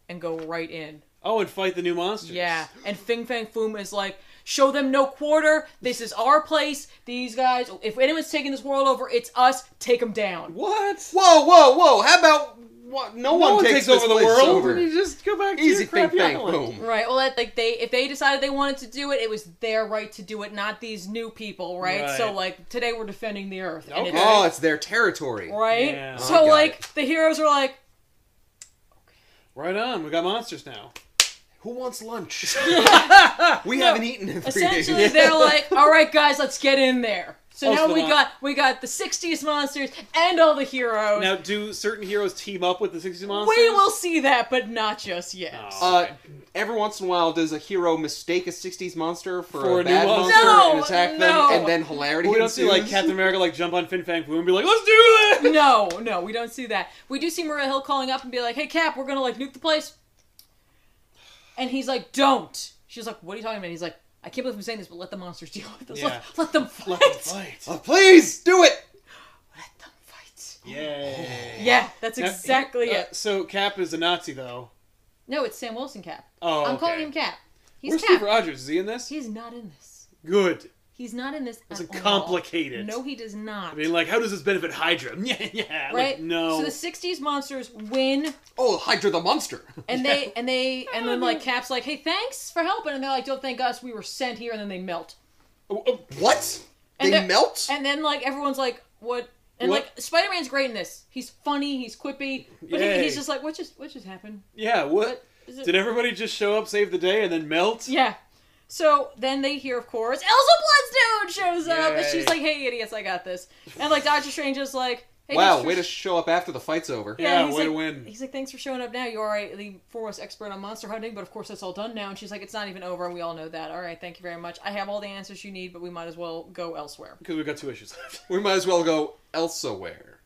and go right in. Oh, and fight the new monsters. Yeah, and Fing Fang Foom is like, show them no quarter. This is our place. These guys, if anyone's taking this world over, it's us. Take them down. What? Whoa, whoa, whoa! How about what? No, No one takes, this over the place world. over. You just go back to Easy, your fing, crappy bang, island. boom. Right. Well, that, like they, if they decided they wanted to do it, it was their right to do it, not these new people, right? Right. So like today we're defending the earth, and it's, Oh, it's their territory. right. Yeah. Oh, So got like the heroes are like, Right on. We got monsters now. Who wants lunch? we haven't eaten in three days. essentially, they're like, all right, guys, let's get in there. So Oh, so now we they're got we got the '60s monsters and all the heroes. Now, do certain heroes team up with the 60 monsters? we will see that, but not just yet. Oh. Uh, every once in a while, does a hero mistake a '60s monster for, For a, a new bad monster? monster, No, and no. attack them, and then hilarity We don't see ensues? like Captain America like jump on Fin Fang Foom and be like, "Let's do it." no, no, we don't see that. We do see Maria Hill calling up and be like, "Hey, Cap, we're gonna like nuke the place," and he's like, "Don't." She's like, "What are you talking about?" He's like, "I can't believe I'm saying this, but let the monsters deal with this. Yeah. Let, let them fight. Let them fight. Uh, please do it. Let them fight." Yay! Yeah, that's exactly it. Uh, so Cap is a Nazi though. No, it's Sam Wilson Cap. Oh, I'm okay. calling him Cap. He's Where's Cap. Steve Rogers? Is he in this? He's not in this. Good. He's not in this. Doesn't at all. complicate it. No, he does not. I mean, like, how does this benefit Hydra? Yeah, yeah. right? Like, no. So the '60s monsters win, Oh, Hydra the monster. and they and they and then like Cap's like, "Hey, thanks for helping," and they're like, "Don't thank us. We were sent here," and then they melt. Oh, oh, what? And they the- melt? And then like everyone's like, "What?" And What? like Spider Man's great in this. He's funny. He's quippy. But he, Yay. he's just like, "What just what just happened?" yeah, what? Is it- Did everybody just show up, save the day, and then melt? Yeah. So then they hear, of course, Elsa Bloodstone shows up, and she's Yay. like, "Hey, idiots, I got this." And like Doctor Strange is like, hey, wow, thanks for way to sh- show up after the fight's over. Yeah, he's way to like- win. He's like, "Thanks for showing up. Now you are a- the foremost expert on monster hunting, but of course that's all done now." And she's like, "It's not even over, and we all know that. All right, thank you very much. I have all the answers you need, but we might as well go elsewhere." Because we've got two issues left. We might as well go elsewhere.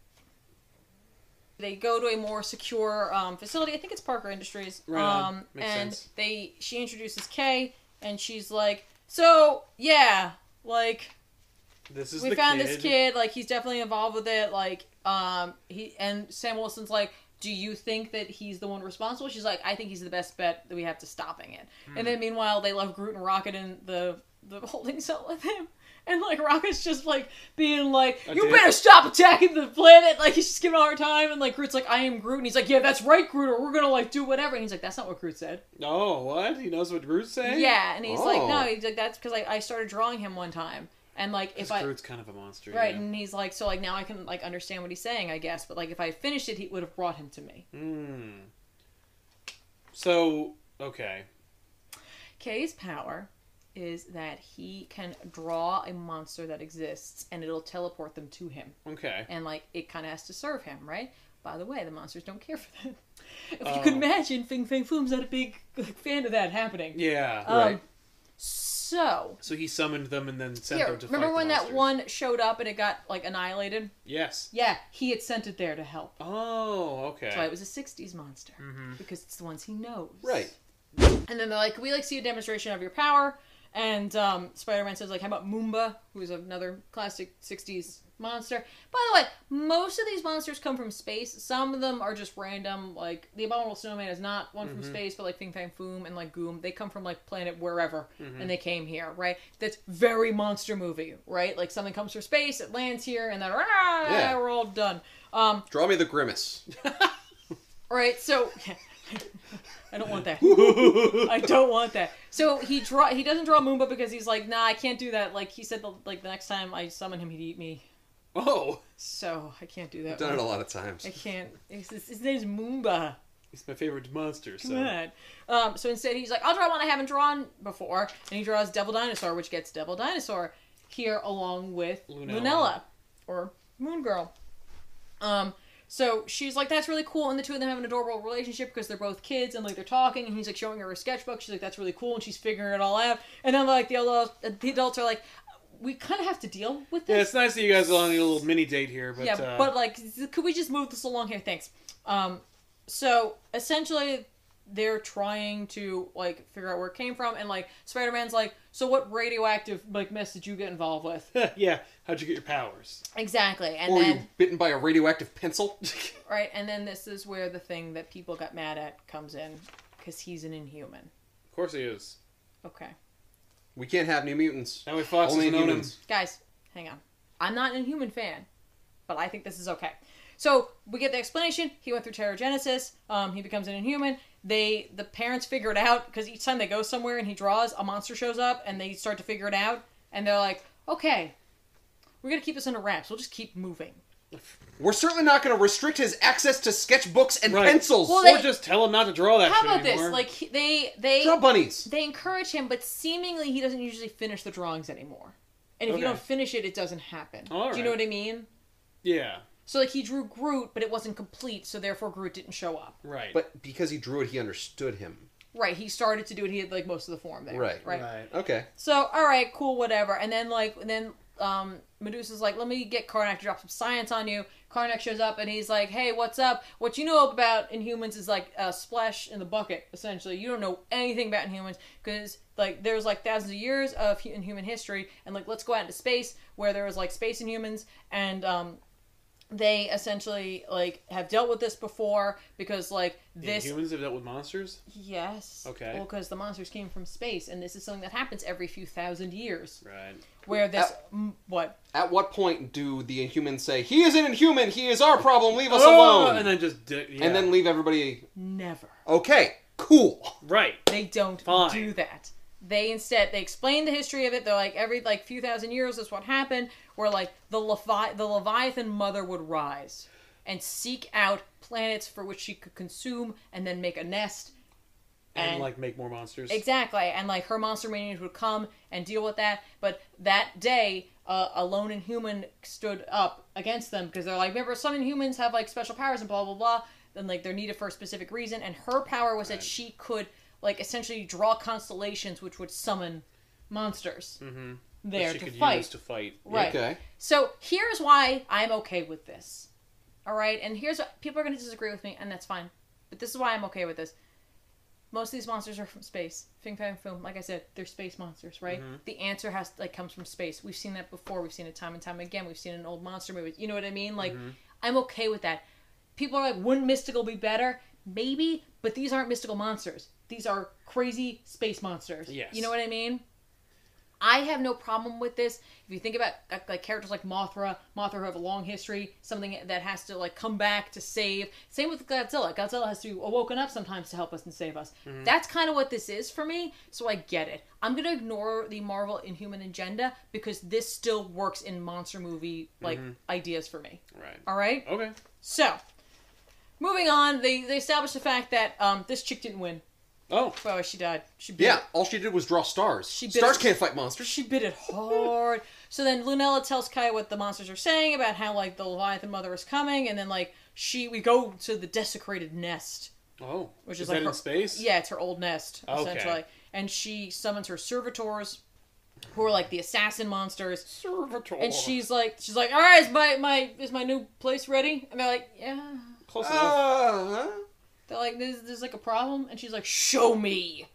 They go to a more secure um, facility. I think it's Parker Industries. Right on. um, Makes and sense. they she introduces Kay, and she's like, "So yeah, like." This is we the found kid. this kid like he's definitely involved with it like um he and sam wilson's like do you think that he's the one responsible she's like i think he's the best bet that we have to stopping it Hmm. and then meanwhile they left groot and rocket in the the holding cell with him and like rocket's just like being like I you did. better stop attacking the planet like he's just giving all our time and like groot's like i am groot and he's like yeah that's right groot or we're gonna like do whatever and he's like that's not what groot said Oh, what? He knows what Groot's saying? yeah and he's like Oh. no he's like that's because I, I started drawing him one time and like if Because i Groot's kind of a monster. Right, Yeah. and he's like, so like now I can like understand what he's saying, I guess. But like if I finished it, he would have brought him to me. Mm. Hmm. So, okay. Kay's power is that he can draw a monster that exists, and it'll teleport them to him, Okay. and like it kind of has to serve him, right? By the way, the monsters don't care for them. If you could Oh. imagine, Fing Fang Foom's not a big like, fan of that happening. Yeah. Um, right. So so he summoned them and then sent here, them to fight remember the when that monsters. one showed up and it got like annihilated? Yes. Yeah, he had sent it there to help. Oh, okay. That's why it was a 60s monster. Mhm. Because it's the ones he knows. Mm-hmm. Right. And then they're like, we like see a demonstration of your power. And um, Spider-Man says, like, how about Moomba, who's another classic 60s monster. By the way, most of these monsters come from space. Some of them are just random. Like, the Abominable Snowman is not one Mm-hmm. from space, but like Fing Fang Foom and like Goom, they come from like planet wherever, Mm-hmm. and they came here, right? That's very monster movie, right? Like something comes from space, it lands here, and then "Ah, Yeah. we're all done. Um, Draw me the grimace. all right, so I don't want that. I I don't want that. So he draw he doesn't draw Moomba because he's like, nah, I can't do that. Like he said, the, like the next time I summon him, he'd eat me. Oh, So I can't do that. Done it a one. lot of times. I can't. His, his name's Moomba. he's my favorite monster. Come So on. Um, so instead, he's like, I'll draw one I haven't drawn before, and he draws Devil Dinosaur, which gets Devil Dinosaur here along with Lunella. Lunella, or Moon Girl. Um, so she's like, that's really cool, and the two of them have an adorable relationship because they're both kids and like they're talking, and he's like showing her her sketchbook. She's like, that's really cool, and she's figuring it all out. And then like the adults, the adults are like, we kind of have to deal with yeah, this. it's nice that you guys are on a little mini date here, but yeah, uh, but like, z- could we just move this along here? Thanks. Um, so essentially, they're trying to like figure out where it came from, and like Spider-Man's like, so what radioactive like mess did you get involved with? yeah, how'd you get your powers? Exactly, and or then you bitten by a radioactive pencil? right, and then this is where the thing that people got mad at comes in, because he's an Inhuman. Of course he is. Okay, we can't have new mutants. Now we Fox Only is known him. humans. guys, hang on. I'm not an Inhuman fan, but I think this is okay. So we get the explanation. He went through pterogenesis. Um, he becomes an inhuman. They the parents figure it out because each time they go somewhere and he draws, a monster shows up and they start to figure it out. And they're like, okay, we're gonna keep this under wraps. We'll just keep moving. We're certainly not going to restrict his access to sketchbooks and Right. pencils. Well, Or they- just tell him not to draw that How shit about anymore. this? Like he- they they Draw bunnies. they encourage him, but seemingly he doesn't usually finish the drawings anymore. And if Okay. you don't finish it, it doesn't happen. All Do you right. know what I mean? yeah, So like he drew Groot, but it wasn't complete, so therefore Groot didn't show up. right. But because he drew it, he understood him. Right, he started to do it. He had like most of the form there. Right. right. Okay. So all right, cool, whatever. And then like, and then um, Medusa's like, "Let me get Karnak to drop some science on you." Karnak shows up and he's like, "Hey, what's up? What you know about Inhumans is like a splash in the bucket. Essentially, you don't know anything about Inhumans because like there's like thousands of years of hu- Inhuman history, and like let's go out into space where there was like space Inhumans and um, they essentially like have dealt with this before because like this humans have dealt with monsters. yes Okay. well because the monsters came from space and this is something that happens every few thousand years Right. uh, where this m- what At what point do the Inhumans say, "He is an Inhuman. He is our problem. Leave us Oh, alone," and then just di- yeah. and then leave everybody? never Okay, cool. right. they don't Fine. do that they instead they explain the history of it they're like every like few thousand years is what happened where like the Levi- the leviathan mother would rise and seek out planets for which she could consume and then make a nest And, And- like make more monsters. Exactly, and like her monster minions would come and deal with that. But that day, uh, a lone inhuman stood up against them because they're like, remember, some inhumans have like special powers and blah blah blah. Then like they're needed for a specific reason, and her power was that she could like essentially draw constellations, which would summon monsters Mm-hmm. That there she to could fight. use to fight. Right. Okay. So here's why I'm okay with this. All right, and here's what people are going to disagree with me, and that's fine. But this is why I'm okay with this. Most of these monsters are from space. Fing Fang Foom, like I said, they're space monsters, right? The answer has like comes from space. We've seen that before. We've seen it time and time again. We've seen it in old monster movies. You know what I mean? Like, I'm okay with that. People are like, wouldn't mystical be better? Maybe, but these aren't mystical monsters. These are crazy space monsters. Yes. You know what I mean? I have no problem with this. If you think about uh, like characters like Mothra, Mothra who have a long history, something that has to like come back to save. Same with Godzilla. Godzilla has to be woken up sometimes to help us and save us. That's kind of what this is for me, so I get it. I'm gonna ignore the Marvel Inhuman agenda because this still works in monster movie like ideas for me. Right. All right. Okay. So, moving on, they they established the fact that um this chick didn't win. Oh. Oh, she died. She bit Yeah, it. all she did was draw stars. She bit stars it. can't fight monsters. She bit it hard. so then Lunella tells Kai what the monsters are saying about how like the Leviathan Mother is coming, and then like she we go to the desecrated nest. Oh. Which Which is is, like that her- in space? Yeah, it's her old nest Okay. essentially, and she summons her servitors, who are like the assassin monsters. Servitor. And she's like, she's like, all right, is my my is my new place ready? And they're like, yeah. close Ah. enough. Uh, They're like, there's, there's like a problem, and she's like, show me.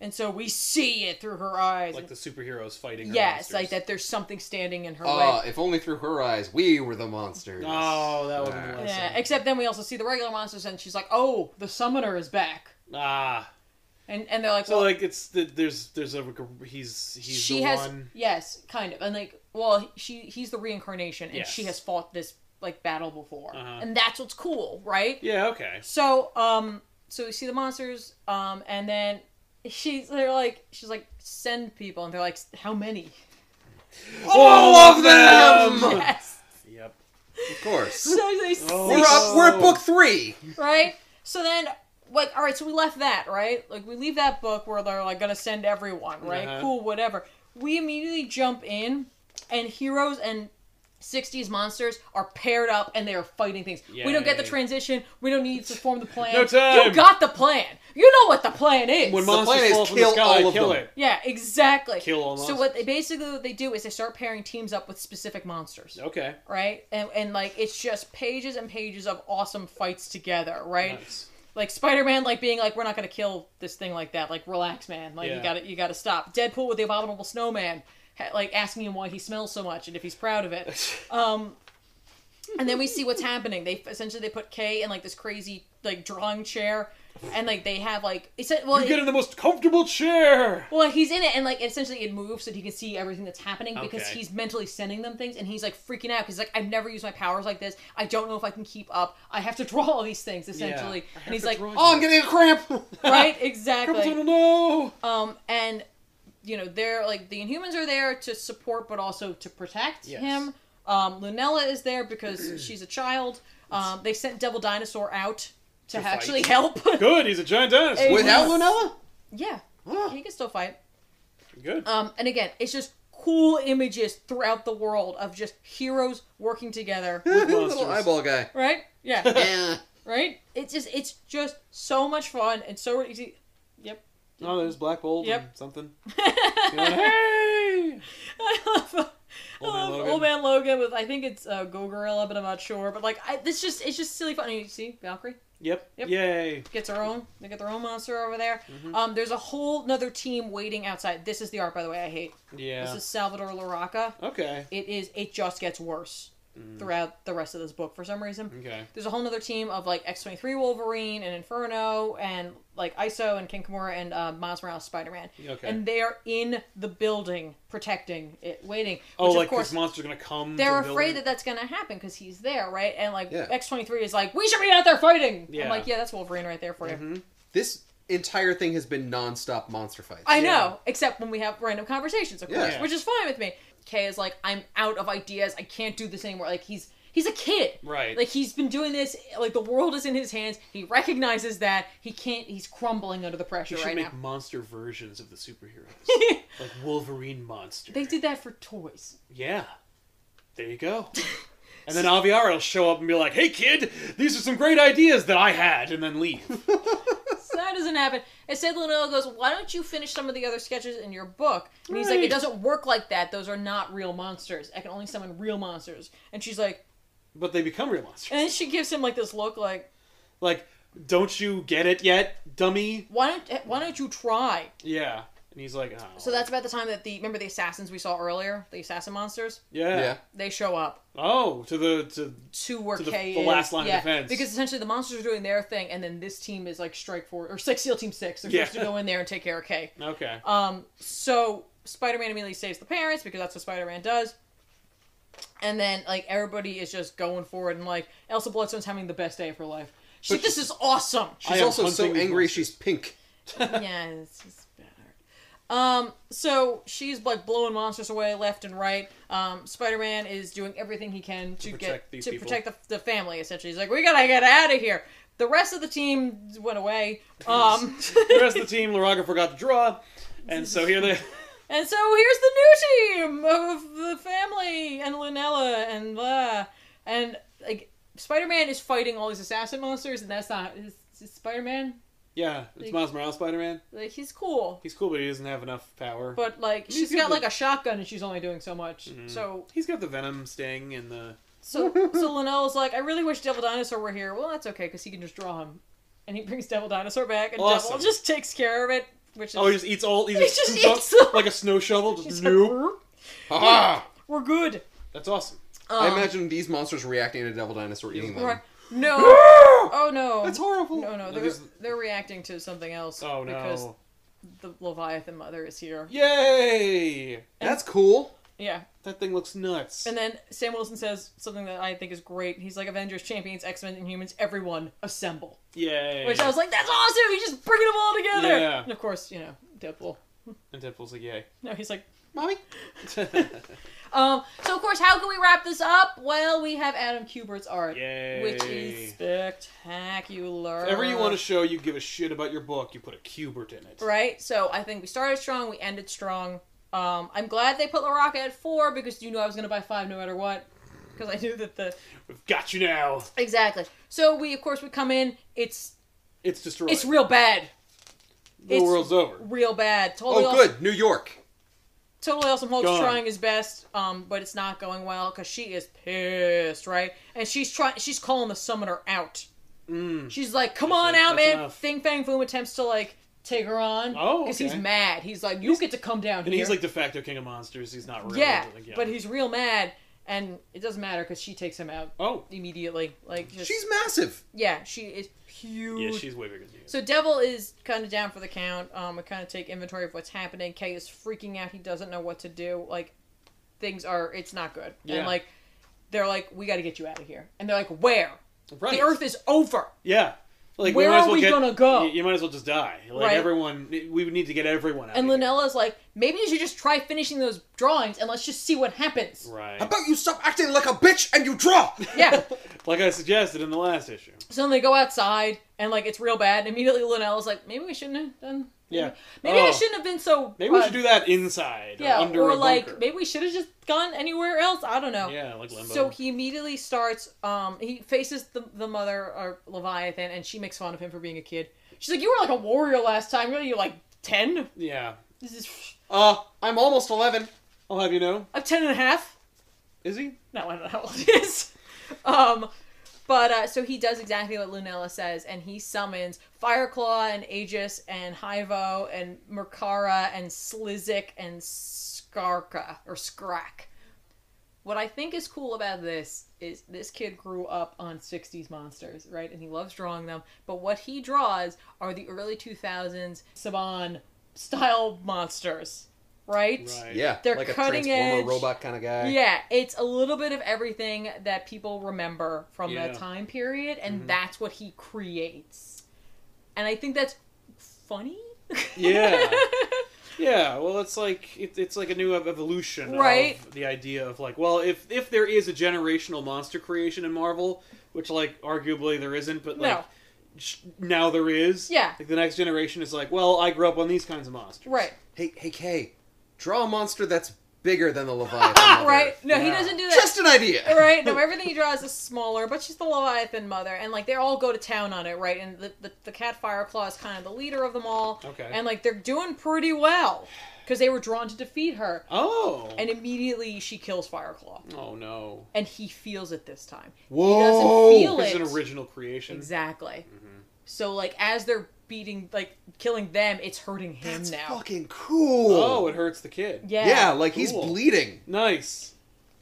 And so we see it through her eyes. Like the superheroes fighting. her yes, monsters. Ah, like that. There's something standing in her way. uh, if only through her eyes, we were the monsters. Oh, that would have Ah. been Yeah, awesome. except then we also see the regular monsters, and she's like, "Oh, the summoner is back," Ah. and and they're like, So "Well, like it's the, there's there's a he's he's she the has one. yes, kind of," and like, "Well, she he's the reincarnation, and Yes. she has fought this like battle before, Uh-huh. and that's what's cool, right?" Yeah. Okay. So um, so we see the monsters, um, and then she's they're like, she's like, "Send people," and they're like, "How many?" All of them! yes. Yep. Of course. So they Oh. see We're up. We're at book three. right? So then, like, all right, so we left that, right? Like, we leave that book where they're like gonna send everyone, right? Uh-huh. Cool, whatever. We immediately jump in, and heroes and 60s monsters are paired up and they are fighting things. We don't get the Yay. transition. We don't need to form the plan. No time. You got the plan. You know what the plan is. When The plan monsters is fall from kill the sky, all of kill them. it. yeah, exactly. Kill all So what they basically what they do is they start pairing teams up with specific monsters Okay. right? And and like it's just pages and pages of awesome fights together, right? Nice. Like Spider-Man, like being like, "We're not gonna kill this thing like that. Like, relax, man. Like, you Yeah. got to you got to stop." Deadpool with the abominable snowman, ha- like asking him why he smells so much and if he's proud of it. Um, and then we see what's happening. They essentially they put Kay in like this crazy like drawing chair, and like they have like it's a- well. You it- get in the most comfortable chair. well, he's in it, and like essentially it moves so that he can see everything that's happening because Okay. he's mentally sending them things, and he's like freaking out because like I've never used my powers like this. I don't know if I can keep up. I have to draw all these things essentially, I have and he's to like, draw Oh, I'm getting a cramp. right, Captain, exactly. no. Um, and you know they're like the Inhumans are there to support, but also to protect Yes. him. Um, Lunella is there because she's a child. Um, they sent Devil Dinosaur out to, To fight. actually help. Good. He's a giant dinosaur. Hey. Without Lunella? yeah, Huh. he can still fight. Good. Um, and again, it's just cool images throughout the world of just heroes working together, monsters. Little eyeball guy. right? Yeah, Eh. right. It's just it's just so much fun and so easy. Yep. oh, there's Black Bolt. Yep. And something. You know, hey. I love, I Old love Man Logan. old man Logan with I think it's uh, Go Gorilla, but I'm not sure. But like, I, this just it's just silly fun. And you see Valkyrie Yep. Yep. Yay. gets her own. They get their own monster over there. Mm-hmm. Um, there's a whole nother team waiting outside. This is the art, by the way. I hate. Yeah. This is Salvador Laraca. Okay. It is. It just gets worse. Mm. throughout the rest of this book for some reason. Okay. There's a whole other team of like X twenty three Wolverine and Inferno and like ISO and King Kimura and uh, Miles Morales Spider Man. Okay. And they are in the building protecting it, waiting. Which Oh, of like course this monster's gonna come. they're to the afraid building. that that's going to happen because he's there, right? And like Yeah. X twenty three is like, we should be out there fighting. Yeah. Mm-hmm. I'm like, yeah, that's Wolverine right there for you. This entire thing has been non-stop monster fights. I Yeah. know, except when we have random conversations, of course, Yeah. which is fine with me. Kay is like, I'm out of ideas. I can't do this anymore. Like he's he's a kid, Right. Like he's been doing this. Like the world is in his hands. He recognizes that he can't. He's crumbling under the pressure You should right make now. monster versions of the superheroes, like Wolverine monster. They did that for toys. Yeah. There you go. And then Aviara will show up and be like, "Hey, kid, these are some great ideas that I had," and then leave. So that doesn't happen. Instead, Lunella goes, "Why don't you finish some of the other sketches in your book?" And he's like, Right. "It doesn't work like that. Those are not real monsters. I can only summon real monsters." And she's like, but they become real monsters. and then she gives him like this look, like, Like, don't you get it yet, dummy? "Why don't Why don't you try?" Yeah. And he's like, "Oh." So that's about the time that the remember the assassins we saw earlier, the assassin monsters, yeah. Yeah. they show up. Oh, to the to to where To the- K the is. last line of yeah, defense. Because essentially the monsters are doing their thing, and then this team is like strike four or six SEAL Team Six. They're Yeah. supposed to go in there and take care of K. okay. Um, so Spider Man immediately saves the parents because that's what Spider Man does. And then like everybody is just going for it, and like Elsa Bloodstone's having the best day of her life. She's like, But this is awesome. I She's am also so hunting these angry monsters. she's pink. yeah, it's just bad. Um, so she's like blowing monsters away left and right. Um, Spider Man is doing everything he can to, get protect these to people. protect the, the family. Essentially, he's like, "We gotta get out of here." The rest of the team went away. Um, the rest of the team, Laraga forgot to draw, and so here they. and so here's the new team of the family and Lunella and blah and like Spider Man is fighting all these assassin monsters, and that's not Spider Man. Yeah, it's Miles Morales Spider Man. Like he's cool. He's cool, but he doesn't have enough power. But like He's she's good got with- like a shotgun and she's only doing so much. So he's got the venom sting and the so so Linnell's like, I really wish Devil Dinosaur were here. Well, that's okay because he can just draw him, and he brings Devil Dinosaur back, and Awesome. Devil just takes care of it, which is oh, he just eats all. He just, just scoops eats up them. like a snow shovel. He's Just like, nope. "We're- Ha we're good. That's awesome. Um, I imagine these monsters reacting to Devil Dinosaur eating them. right- No. oh no. That's horrible. No, no, they're there's- they're reacting to something else. Oh no! Because the Leviathan mother is here. Yay! That's cool. Yeah. That thing looks nuts. And then Sam Wilson says something that I think is great. He's like, Avengers, Champions, X Men, and Humans, everyone assemble. Yay! Which I was like, that's awesome! He's just bringing them all together! Yeah. And of course, you know, Deadpool. and Deadpool's like, "Yay!" No, he's like, Mommy? um, so of course, how can we wrap this up? Well, we have Adam Kubert's art, Yay! which is spectacular. If ever you want to show you give a shit about your book, you put a cubert in it. right? So I think we started strong, we ended strong. Um, I'm glad they put LaRocca at four because you knew I was going to buy five no matter what. Because I knew that the We've got you now. exactly. So we, of course, we come in. It's It's destroyed. it's real bad, the it's- world's over. real bad. Totally Oh, awesome. good. New York. Totally Awesome Hulk's Gone. trying his best, um, but it's not going well because she is pissed, right? And she's trying, she's calling the summoner out. Mm. She's like, "Come She's on like, out, "That's man!" enough. Thing Fang Foom attempts to like take her on Oh, he's okay. mad. He's like, "You get to come down And here." he's like de facto king of monsters. He's not real. yeah, like, but he's real mad, and it doesn't matter because she takes him out Oh. immediately. Like, just, She's massive. yeah, she is huge. Yeah, she's way bigger than you. So Devil is kind of down for the count. Um, we kind of take inventory of what's happening. Kay is freaking out. He doesn't know what to do. Like, things are, it's not good. Yeah. And like, they're like, we got to get you out of here. And they're like, where? right. The Earth is over. Yeah. Like, Where might as are well we get- gonna go? You, you might as well just die. Like Right. everyone, we would need to get everyone out. And of here. Lunella's like, maybe you should just try finishing those drawings and let's just see what happens. Right. How about you stop acting like a bitch and you draw? Yeah. Like I suggested in the last issue. so then they go outside and like it's real bad. And immediately Lunella's like, maybe we shouldn't have done. Yeah. Maybe I Oh. shouldn't have been so. Maybe we uh, should do that inside. Yeah, Or under or a like bunker. maybe we should have just gone anywhere else. I don't know. Yeah, like limbo. So he immediately starts. Um, he faces the the mother or Leviathan, and she makes fun of him for being a kid. She's like, "You were like a warrior last time. Really, you're like ten. Yeah. This is Uh, I'm almost 11. I'll have you know. I'm ten and a half. Is he? No, I don't know how old he is. Um, but uh, so he does exactly what Lunella says, and he summons Fireclaw and Aegis and Hivo and Merkara and Slizik and Skarka or Skrak. What I think is cool about this is this kid grew up on 60s monsters, right? And he loves drawing them. But what he draws are the early 2000s Saban style monsters, right? Right. Yeah, They're like a cutting transformer edge. robot kind of guy. Yeah, it's a little bit of everything that people remember from Yeah. Mm-hmm. that time period, and that's what he creates. And I think that's funny. Yeah. Yeah, well, it's like it, it's like a new ev- evolution Right. of the idea of like, well, if if there is a generational monster creation in Marvel, which like arguably there isn't, but like No. sh- now there is. Yeah. like the next generation is like, well, I grew up on these kinds of monsters. right. Hey, hey, Kay, draw a monster that's bigger than the Leviathan. mother. Ah, Right. No, he Yeah. doesn't do that. Just an idea. right? No, everything he draws is smaller, but she's the Leviathan mother, and like they all go to town on it, right? And the the, the cat Fireclaw is kind of the leader of them all, Okay. and like they're doing pretty well because they were drawn to defeat her, Oh. and immediately she kills Fireclaw, oh no. and he feels it this time. Whoa. He doesn't feel It's it. an original creation. Exactly. So like as they're beating, like killing them, it's hurting him That's now. fucking cool. Oh, it hurts the kid. yeah. yeah. like he's Cool. bleeding. Nice.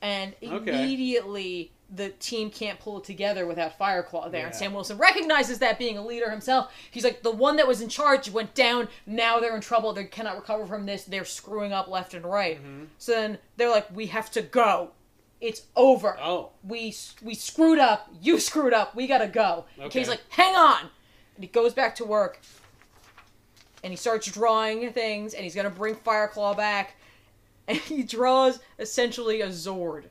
and Okay. immediately the team can't pull it together without Fireclaw there. And Yeah. Sam Wilson recognizes that being a leader himself. He's like, the one that was in charge went down. Now they're in trouble. They cannot recover from this. They're screwing up left and right. So then they're like, we have to go. It's over. Oh. We s- we screwed up. You screwed up. We gotta go. And Okay. Kay's like, hang on. And he goes back to work. And he starts drawing things. And he's gonna bring Fireclaw back. And he draws essentially a Zord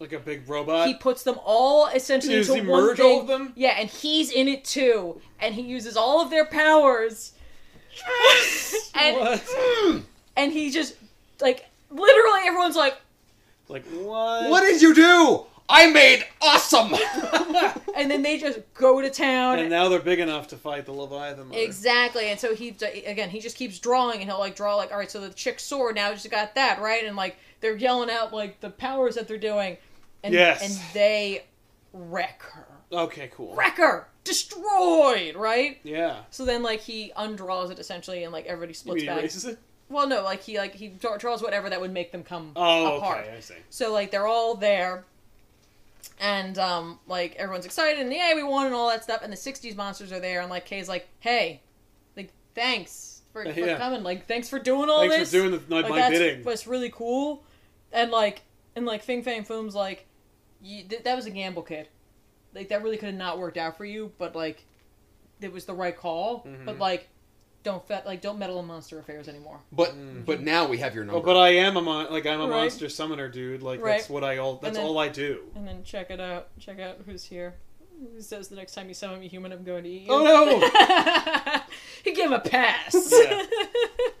Like a big robot. he puts them all essentially Does into he one merge thing. all of them? Yeah, and he's in it too, and he uses all of their powers, and what? and he just like literally everyone's like, like what? What did you do? I made awesome. "Ah!" and then they just go to town. And now they're big enough to fight the Leviathan. Mother. Exactly, and so he again he just keeps drawing, and he'll like draw like all right, so the chick sword now just got that right, and like they're yelling out like the powers that they're doing, and Yes. and they wreck her, Okay, cool. wreck her, destroyed, right? Yeah. So then, like, he undraws it essentially, and like everybody You splits mean he back. erases it? Well, no, like he like he draw- draws whatever that would make them come Oh, apart. okay, I see. So like they're all there, and um like everyone's excited and yeah we won and all that stuff. And the '60s monsters are there, and like Kay's like, hey, like thanks for, for Yeah. coming, like thanks for doing all Thanks this, for doing the, my, like my that's bidding. what's really cool. And like and like Fing Fang Foom's like, you, th- that was a gamble, kid. Like that really could have not worked out for you, but like it was the right call. Mm-hmm. But like. Don't fe- like don't meddle in monster affairs anymore. But but now we have your number. Oh, but I am a mon- like I'm a Right. monster summoner, dude. Like Right. that's what I all that's then- all I do. And then check it out. Check out who's here. Who says the next time you summon me human, I'm going to eat you? Oh no! he gave him a pass. Yeah.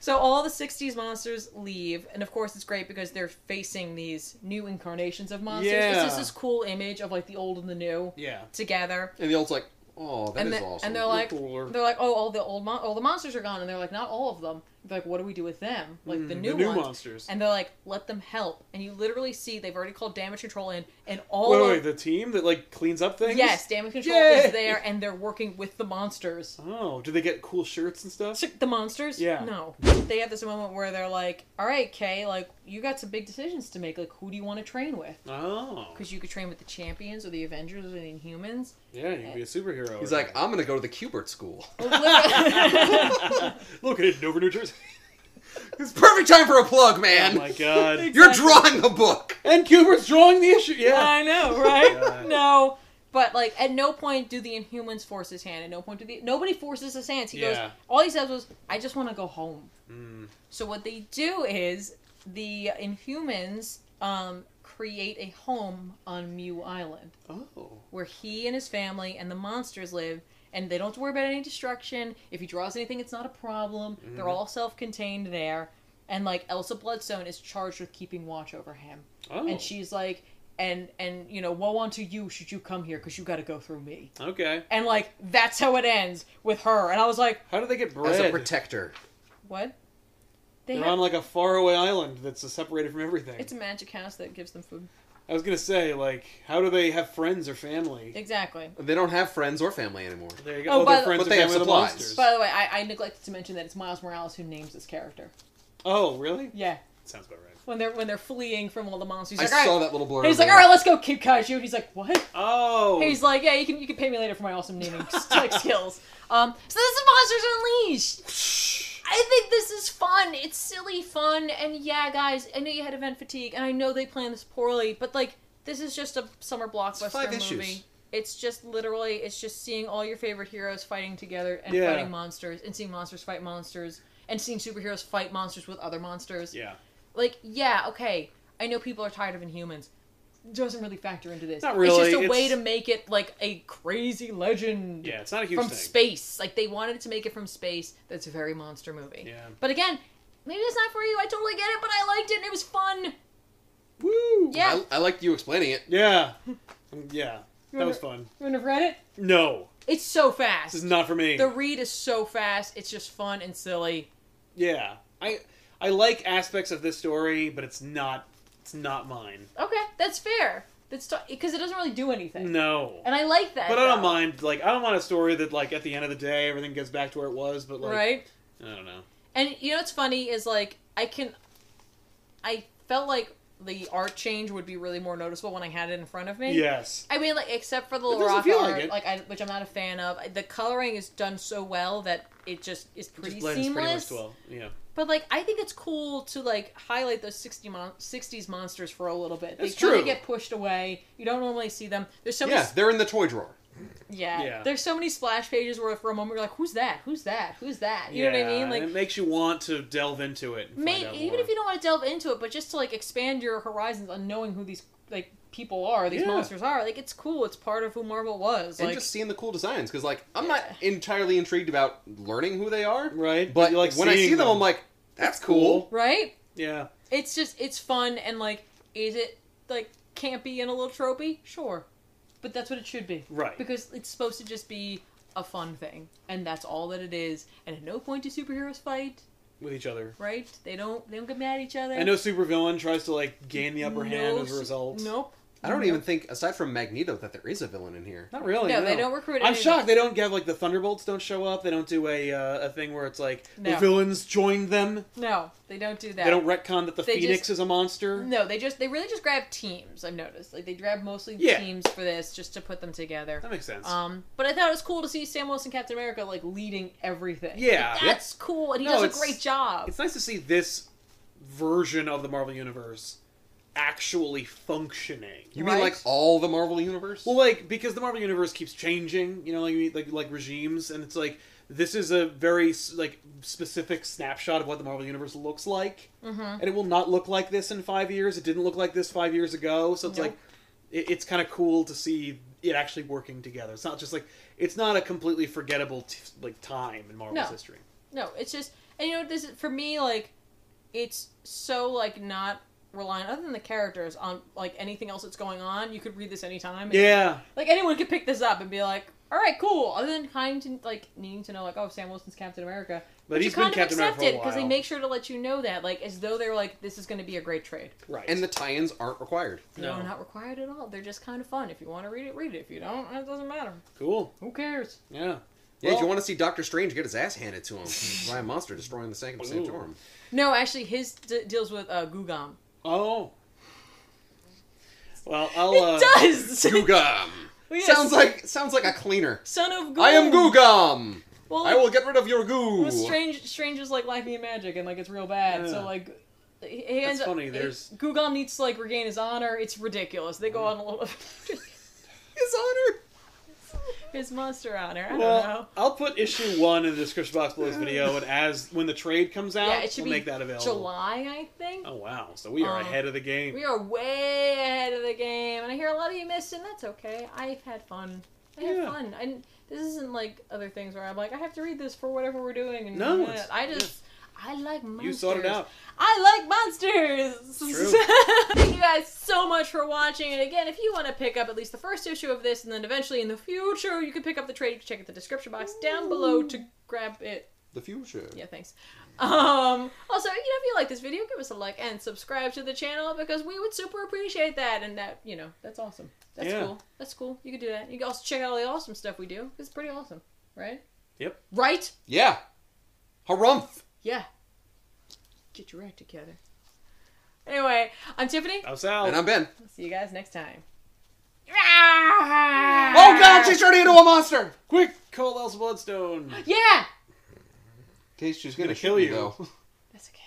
so all the '60s monsters leave, and of course it's great because they're facing these new incarnations of monsters. It's Yeah. just this cool image of like the old and the new yeah. together. and the old's like, oh, that and, is the- awesome. and they're like, cooler. they're like, oh, all the old, mon- all the monsters are gone, and they're like, not all of them. They're like, what do we do with them? Like the Mm, new, the new ones. monsters. And they're like, let them help. And you literally see they've already called damage control in, and all Wait, of, wait, the team that like cleans up things. Yes, damage control Yay! is there, and they're working with the monsters. Oh, do they get cool shirts and stuff? So- The monsters? Yeah. No. They have this moment where they're like, all right, Kay, like, you got some big decisions to make. Like, who do you want to train with? Oh, Because you could train with the champions or the Avengers or the Inhumans. yeah, you can be a superhero. He's or like, "Ah." I'm gonna go to the Cubert school. something. look at it, Dover, New Jersey. it's perfect time for a plug, oh man. my god! You're Exactly. drawing the book. and Cubert's drawing the issue. Yeah. I know, right? God. No. But like, at no point do the Inhumans force his hand. At no point do the nobody forces his hands. He Yeah. goes. All he says was, "I just want to go home." Mm. So what they do is the Inhumans um, create a home on Mew Island Oh. where he and his family and the monsters live, and they don't have to worry about any destruction. If he draws anything, it's not a problem. Mm-hmm. They're all self-contained there, and like Elsa Bloodstone is charged with keeping watch over him, Oh. and she's like, and and you know, woe unto you should you come here because you got to go through me. oh, okay. And like that's how it ends with her. And I was like, How do they get bread? As a protector. what? They They're have- on like a faraway island that's uh, separated from everything. it's a magic house that gives them food. I was gonna say, like, how do they have friends or family? Exactly. They don't have friends or family anymore. There you go. Oh, Oh, by they're the- friends But or they have family of the supplies. monsters. By the way, I, I neglected to mention that it's Miles Morales who names this character. oh, really? Yeah. Sounds about right. when they're when they're fleeing from all the monsters. I He's like, all saw right. that little blur. And he's like, all right, let's go, Kid Kaiju. And he's like, what? Oh, He's like, yeah, you can you can pay me later for my awesome naming like skills. Um, so this is Monsters Unleashed. I think this is fun. It's silly fun, and yeah, guys, I know you had event fatigue, and I know they planned this poorly, but like, this is just a summer blockbuster five movie. issues. It's just literally, it's just seeing all your favorite heroes fighting together and Yeah. fighting monsters, and seeing monsters fight monsters, and seeing superheroes fight monsters with other monsters. yeah. Like, yeah, okay. I know people are tired of Inhumans. Doesn't really factor into this. Not It's really, just a it's- way to make it like a crazy legend Yeah, it's not a huge from thing. space. Like they wanted to make it from space. That's a very monster movie. Yeah. But again, maybe it's not for you. I totally get it, but I liked it and it was fun. Woo! Yeah. I, I liked you explaining it. Yeah. Um, Yeah. That wanna- was fun. You wouldn't have read it? No, It's so fast. this is not for me. the read is so fast. It's just fun and silly. Yeah. I I like aspects of this story, but it's not it's not mine. Okay, that's fair. That's because it doesn't really do anything. No. And I like that. But I don't though. mind like I don't want a story that like at the end of the day everything gets back to where it was, but like right? I don't know. And you know what's funny is like I can, I felt like the art change would be really more noticeable when I had it in front of me. Yes. I mean, like except for the It doesn't Laraka feel art, like it. like I, which I'm not a fan of. The coloring is done so well that it just is It pretty just blends pretty much seamless. to well. Yeah. but like, I think it's cool to like highlight those 60 mon- 60s monsters for a little bit. That's they kinda true. get pushed away. You don't normally see them. There's so many Yeah, they're in the toy drawer. yeah. Yeah. There's so many splash pages where for a moment you're like, who's that? Who's that? Who's that? You know what I Yeah, mean? and Like it makes you want to delve into it. and find May out even more. if you don't want to delve into it, but just to like expand your horizons on knowing who these like people are, these Yeah. monsters are. Like it's cool. It's part of who Marvel was. and Like just seeing the cool designs because like i'm Yeah. not entirely intrigued about learning who they are Right, but, but you like when i see seeing them, i'm them. like that's cool right? Yeah. It's just it's fun and like is it like campy and a little tropey? Sure, but that's what it should be. Right. Because it's supposed to just be a fun thing, and that's all that it is. And at no point do superheroes fight. With each other. Right? They don't. They don't get mad at each other. And no supervillain tries to like gain the upper hand No as a su- result. Nope. i don't even think aside from magneto that there is a villain in here Not really. No, they don't recruit I'm anyone. shocked they don't get like the Thunderbolts don't show up. They don't do a uh, a thing where it's like the No. villains join them. No, they don't do that. They don't retcon that the They Phoenix just- is a monster. No, they just they really just grab teams. I've noticed like they grab mostly Yeah. teams for this just to put them together. That makes sense. Um, but I thought it was cool to see Sam Wilson Captain America like leading everything. Yeah. Like, that's cool, and he No, does it's- a great job. it's nice to see this version of the Marvel universe actually functioning. you Right. mean like all the marvel universe Well, like because the Marvel universe keeps changing, you know, like like like regimes, and it's like this is a very s- like specific snapshot of what the Marvel universe looks like, mm-hmm. and it will not look like this in five years. It didn't look like this five years ago, so it's No. like it, it's kind of cool to see it actually working together. It's not just like it's not a completely forgettable t- like time in Marvel's No. history. No, it's just and you know this for me like it's so like not reliant other than the characters on like anything else that's going on. You could read this anytime. Yeah, Like anyone could pick this up and be like, all right, cool. Other than kind to like needing to know like, oh, Sam Wilson's Captain America. but you he's been kind of Captain America accept for a it while. because they make sure to let you know that, like, as though they're like, this is going to be a great trade. right and the tie-ins aren't required No, No. not required at all. They're just kind of fun. If you want to read it, read it. If you don't, it doesn't matter. cool. Who cares? Yeah, yeah if Well- you want to see doctor strange get his ass handed to him by a monster destroying the second Ooh. santorum No, actually, his d- deals with uh, Gugam. Oh. Well, I'll. It uh, does. googum Yes. sounds like sounds like a cleaner son of Gugam. i am googum Well, i will get rid of your goo Well, strange, strange is like lacking in magic, and like it's real bad. Yeah. So like, he he ends That's up. funny, there's- Mm. Gugam needs to like regain his honor. It's ridiculous. They go on a little his honor his monster honor. I well, don't know. I'll put issue one in the description box below this video, and as when the trade comes out, Yeah, it should we'll be make that available. July, I think. Oh wow! So we are Um, ahead of the game. We are way ahead of the game, and I hear a lot of you missed, and that's okay. I've had fun. I had Yeah. fun. And this isn't like other things where I'm like, I have to read this for whatever we're doing. And No, it's- I just, I like monsters. you sorted out. I like monsters. True. Thank you guys so much for watching. And again, if you want to pick up at least the first issue of this, and then eventually in the future, you can pick up the trade. You can check out the description box down below to grab it. the future Yeah, thanks. Um, also, you know, if you like this video, give us a like and subscribe to the channel because we would super appreciate that. And that, you know, that's awesome. That's Yeah. cool. That's cool. You can do that. You can also check out all the awesome stuff we do. It's pretty awesome, right? Yep. Right? yeah harumph Yeah. Get your act together. Anyway, I'm Tiffany. I'm Sal. And I'm Ben. See you guys next time. Ah. Oh god, she's turning into a monster! Quick, call Elsa Bloodstone. Yeah! Okay, she's gonna, Gonna shoot kill me, you. though. That's okay.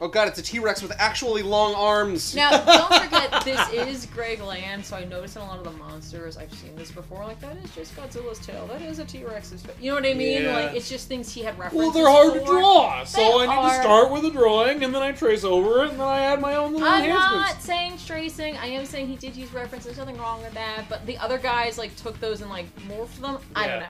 Oh god, it's a T Rex with actually long arms. Now, don't forget, this is Greg Land, so I noticed in a lot of the monsters, I've seen this before, like, that is just Godzilla's tail, that is a T-Rex's fa-" You know what I mean? Yeah. Like, it's just things he had Well, references they're hard to for. draw, so They I need are. to start with a drawing, and then I trace over it, and then I add my own little I'm enhancements. not saying tracing. I am saying he did use references. There's nothing wrong with that. But the other guys like took those and like morphed them. I don't Yeah. know.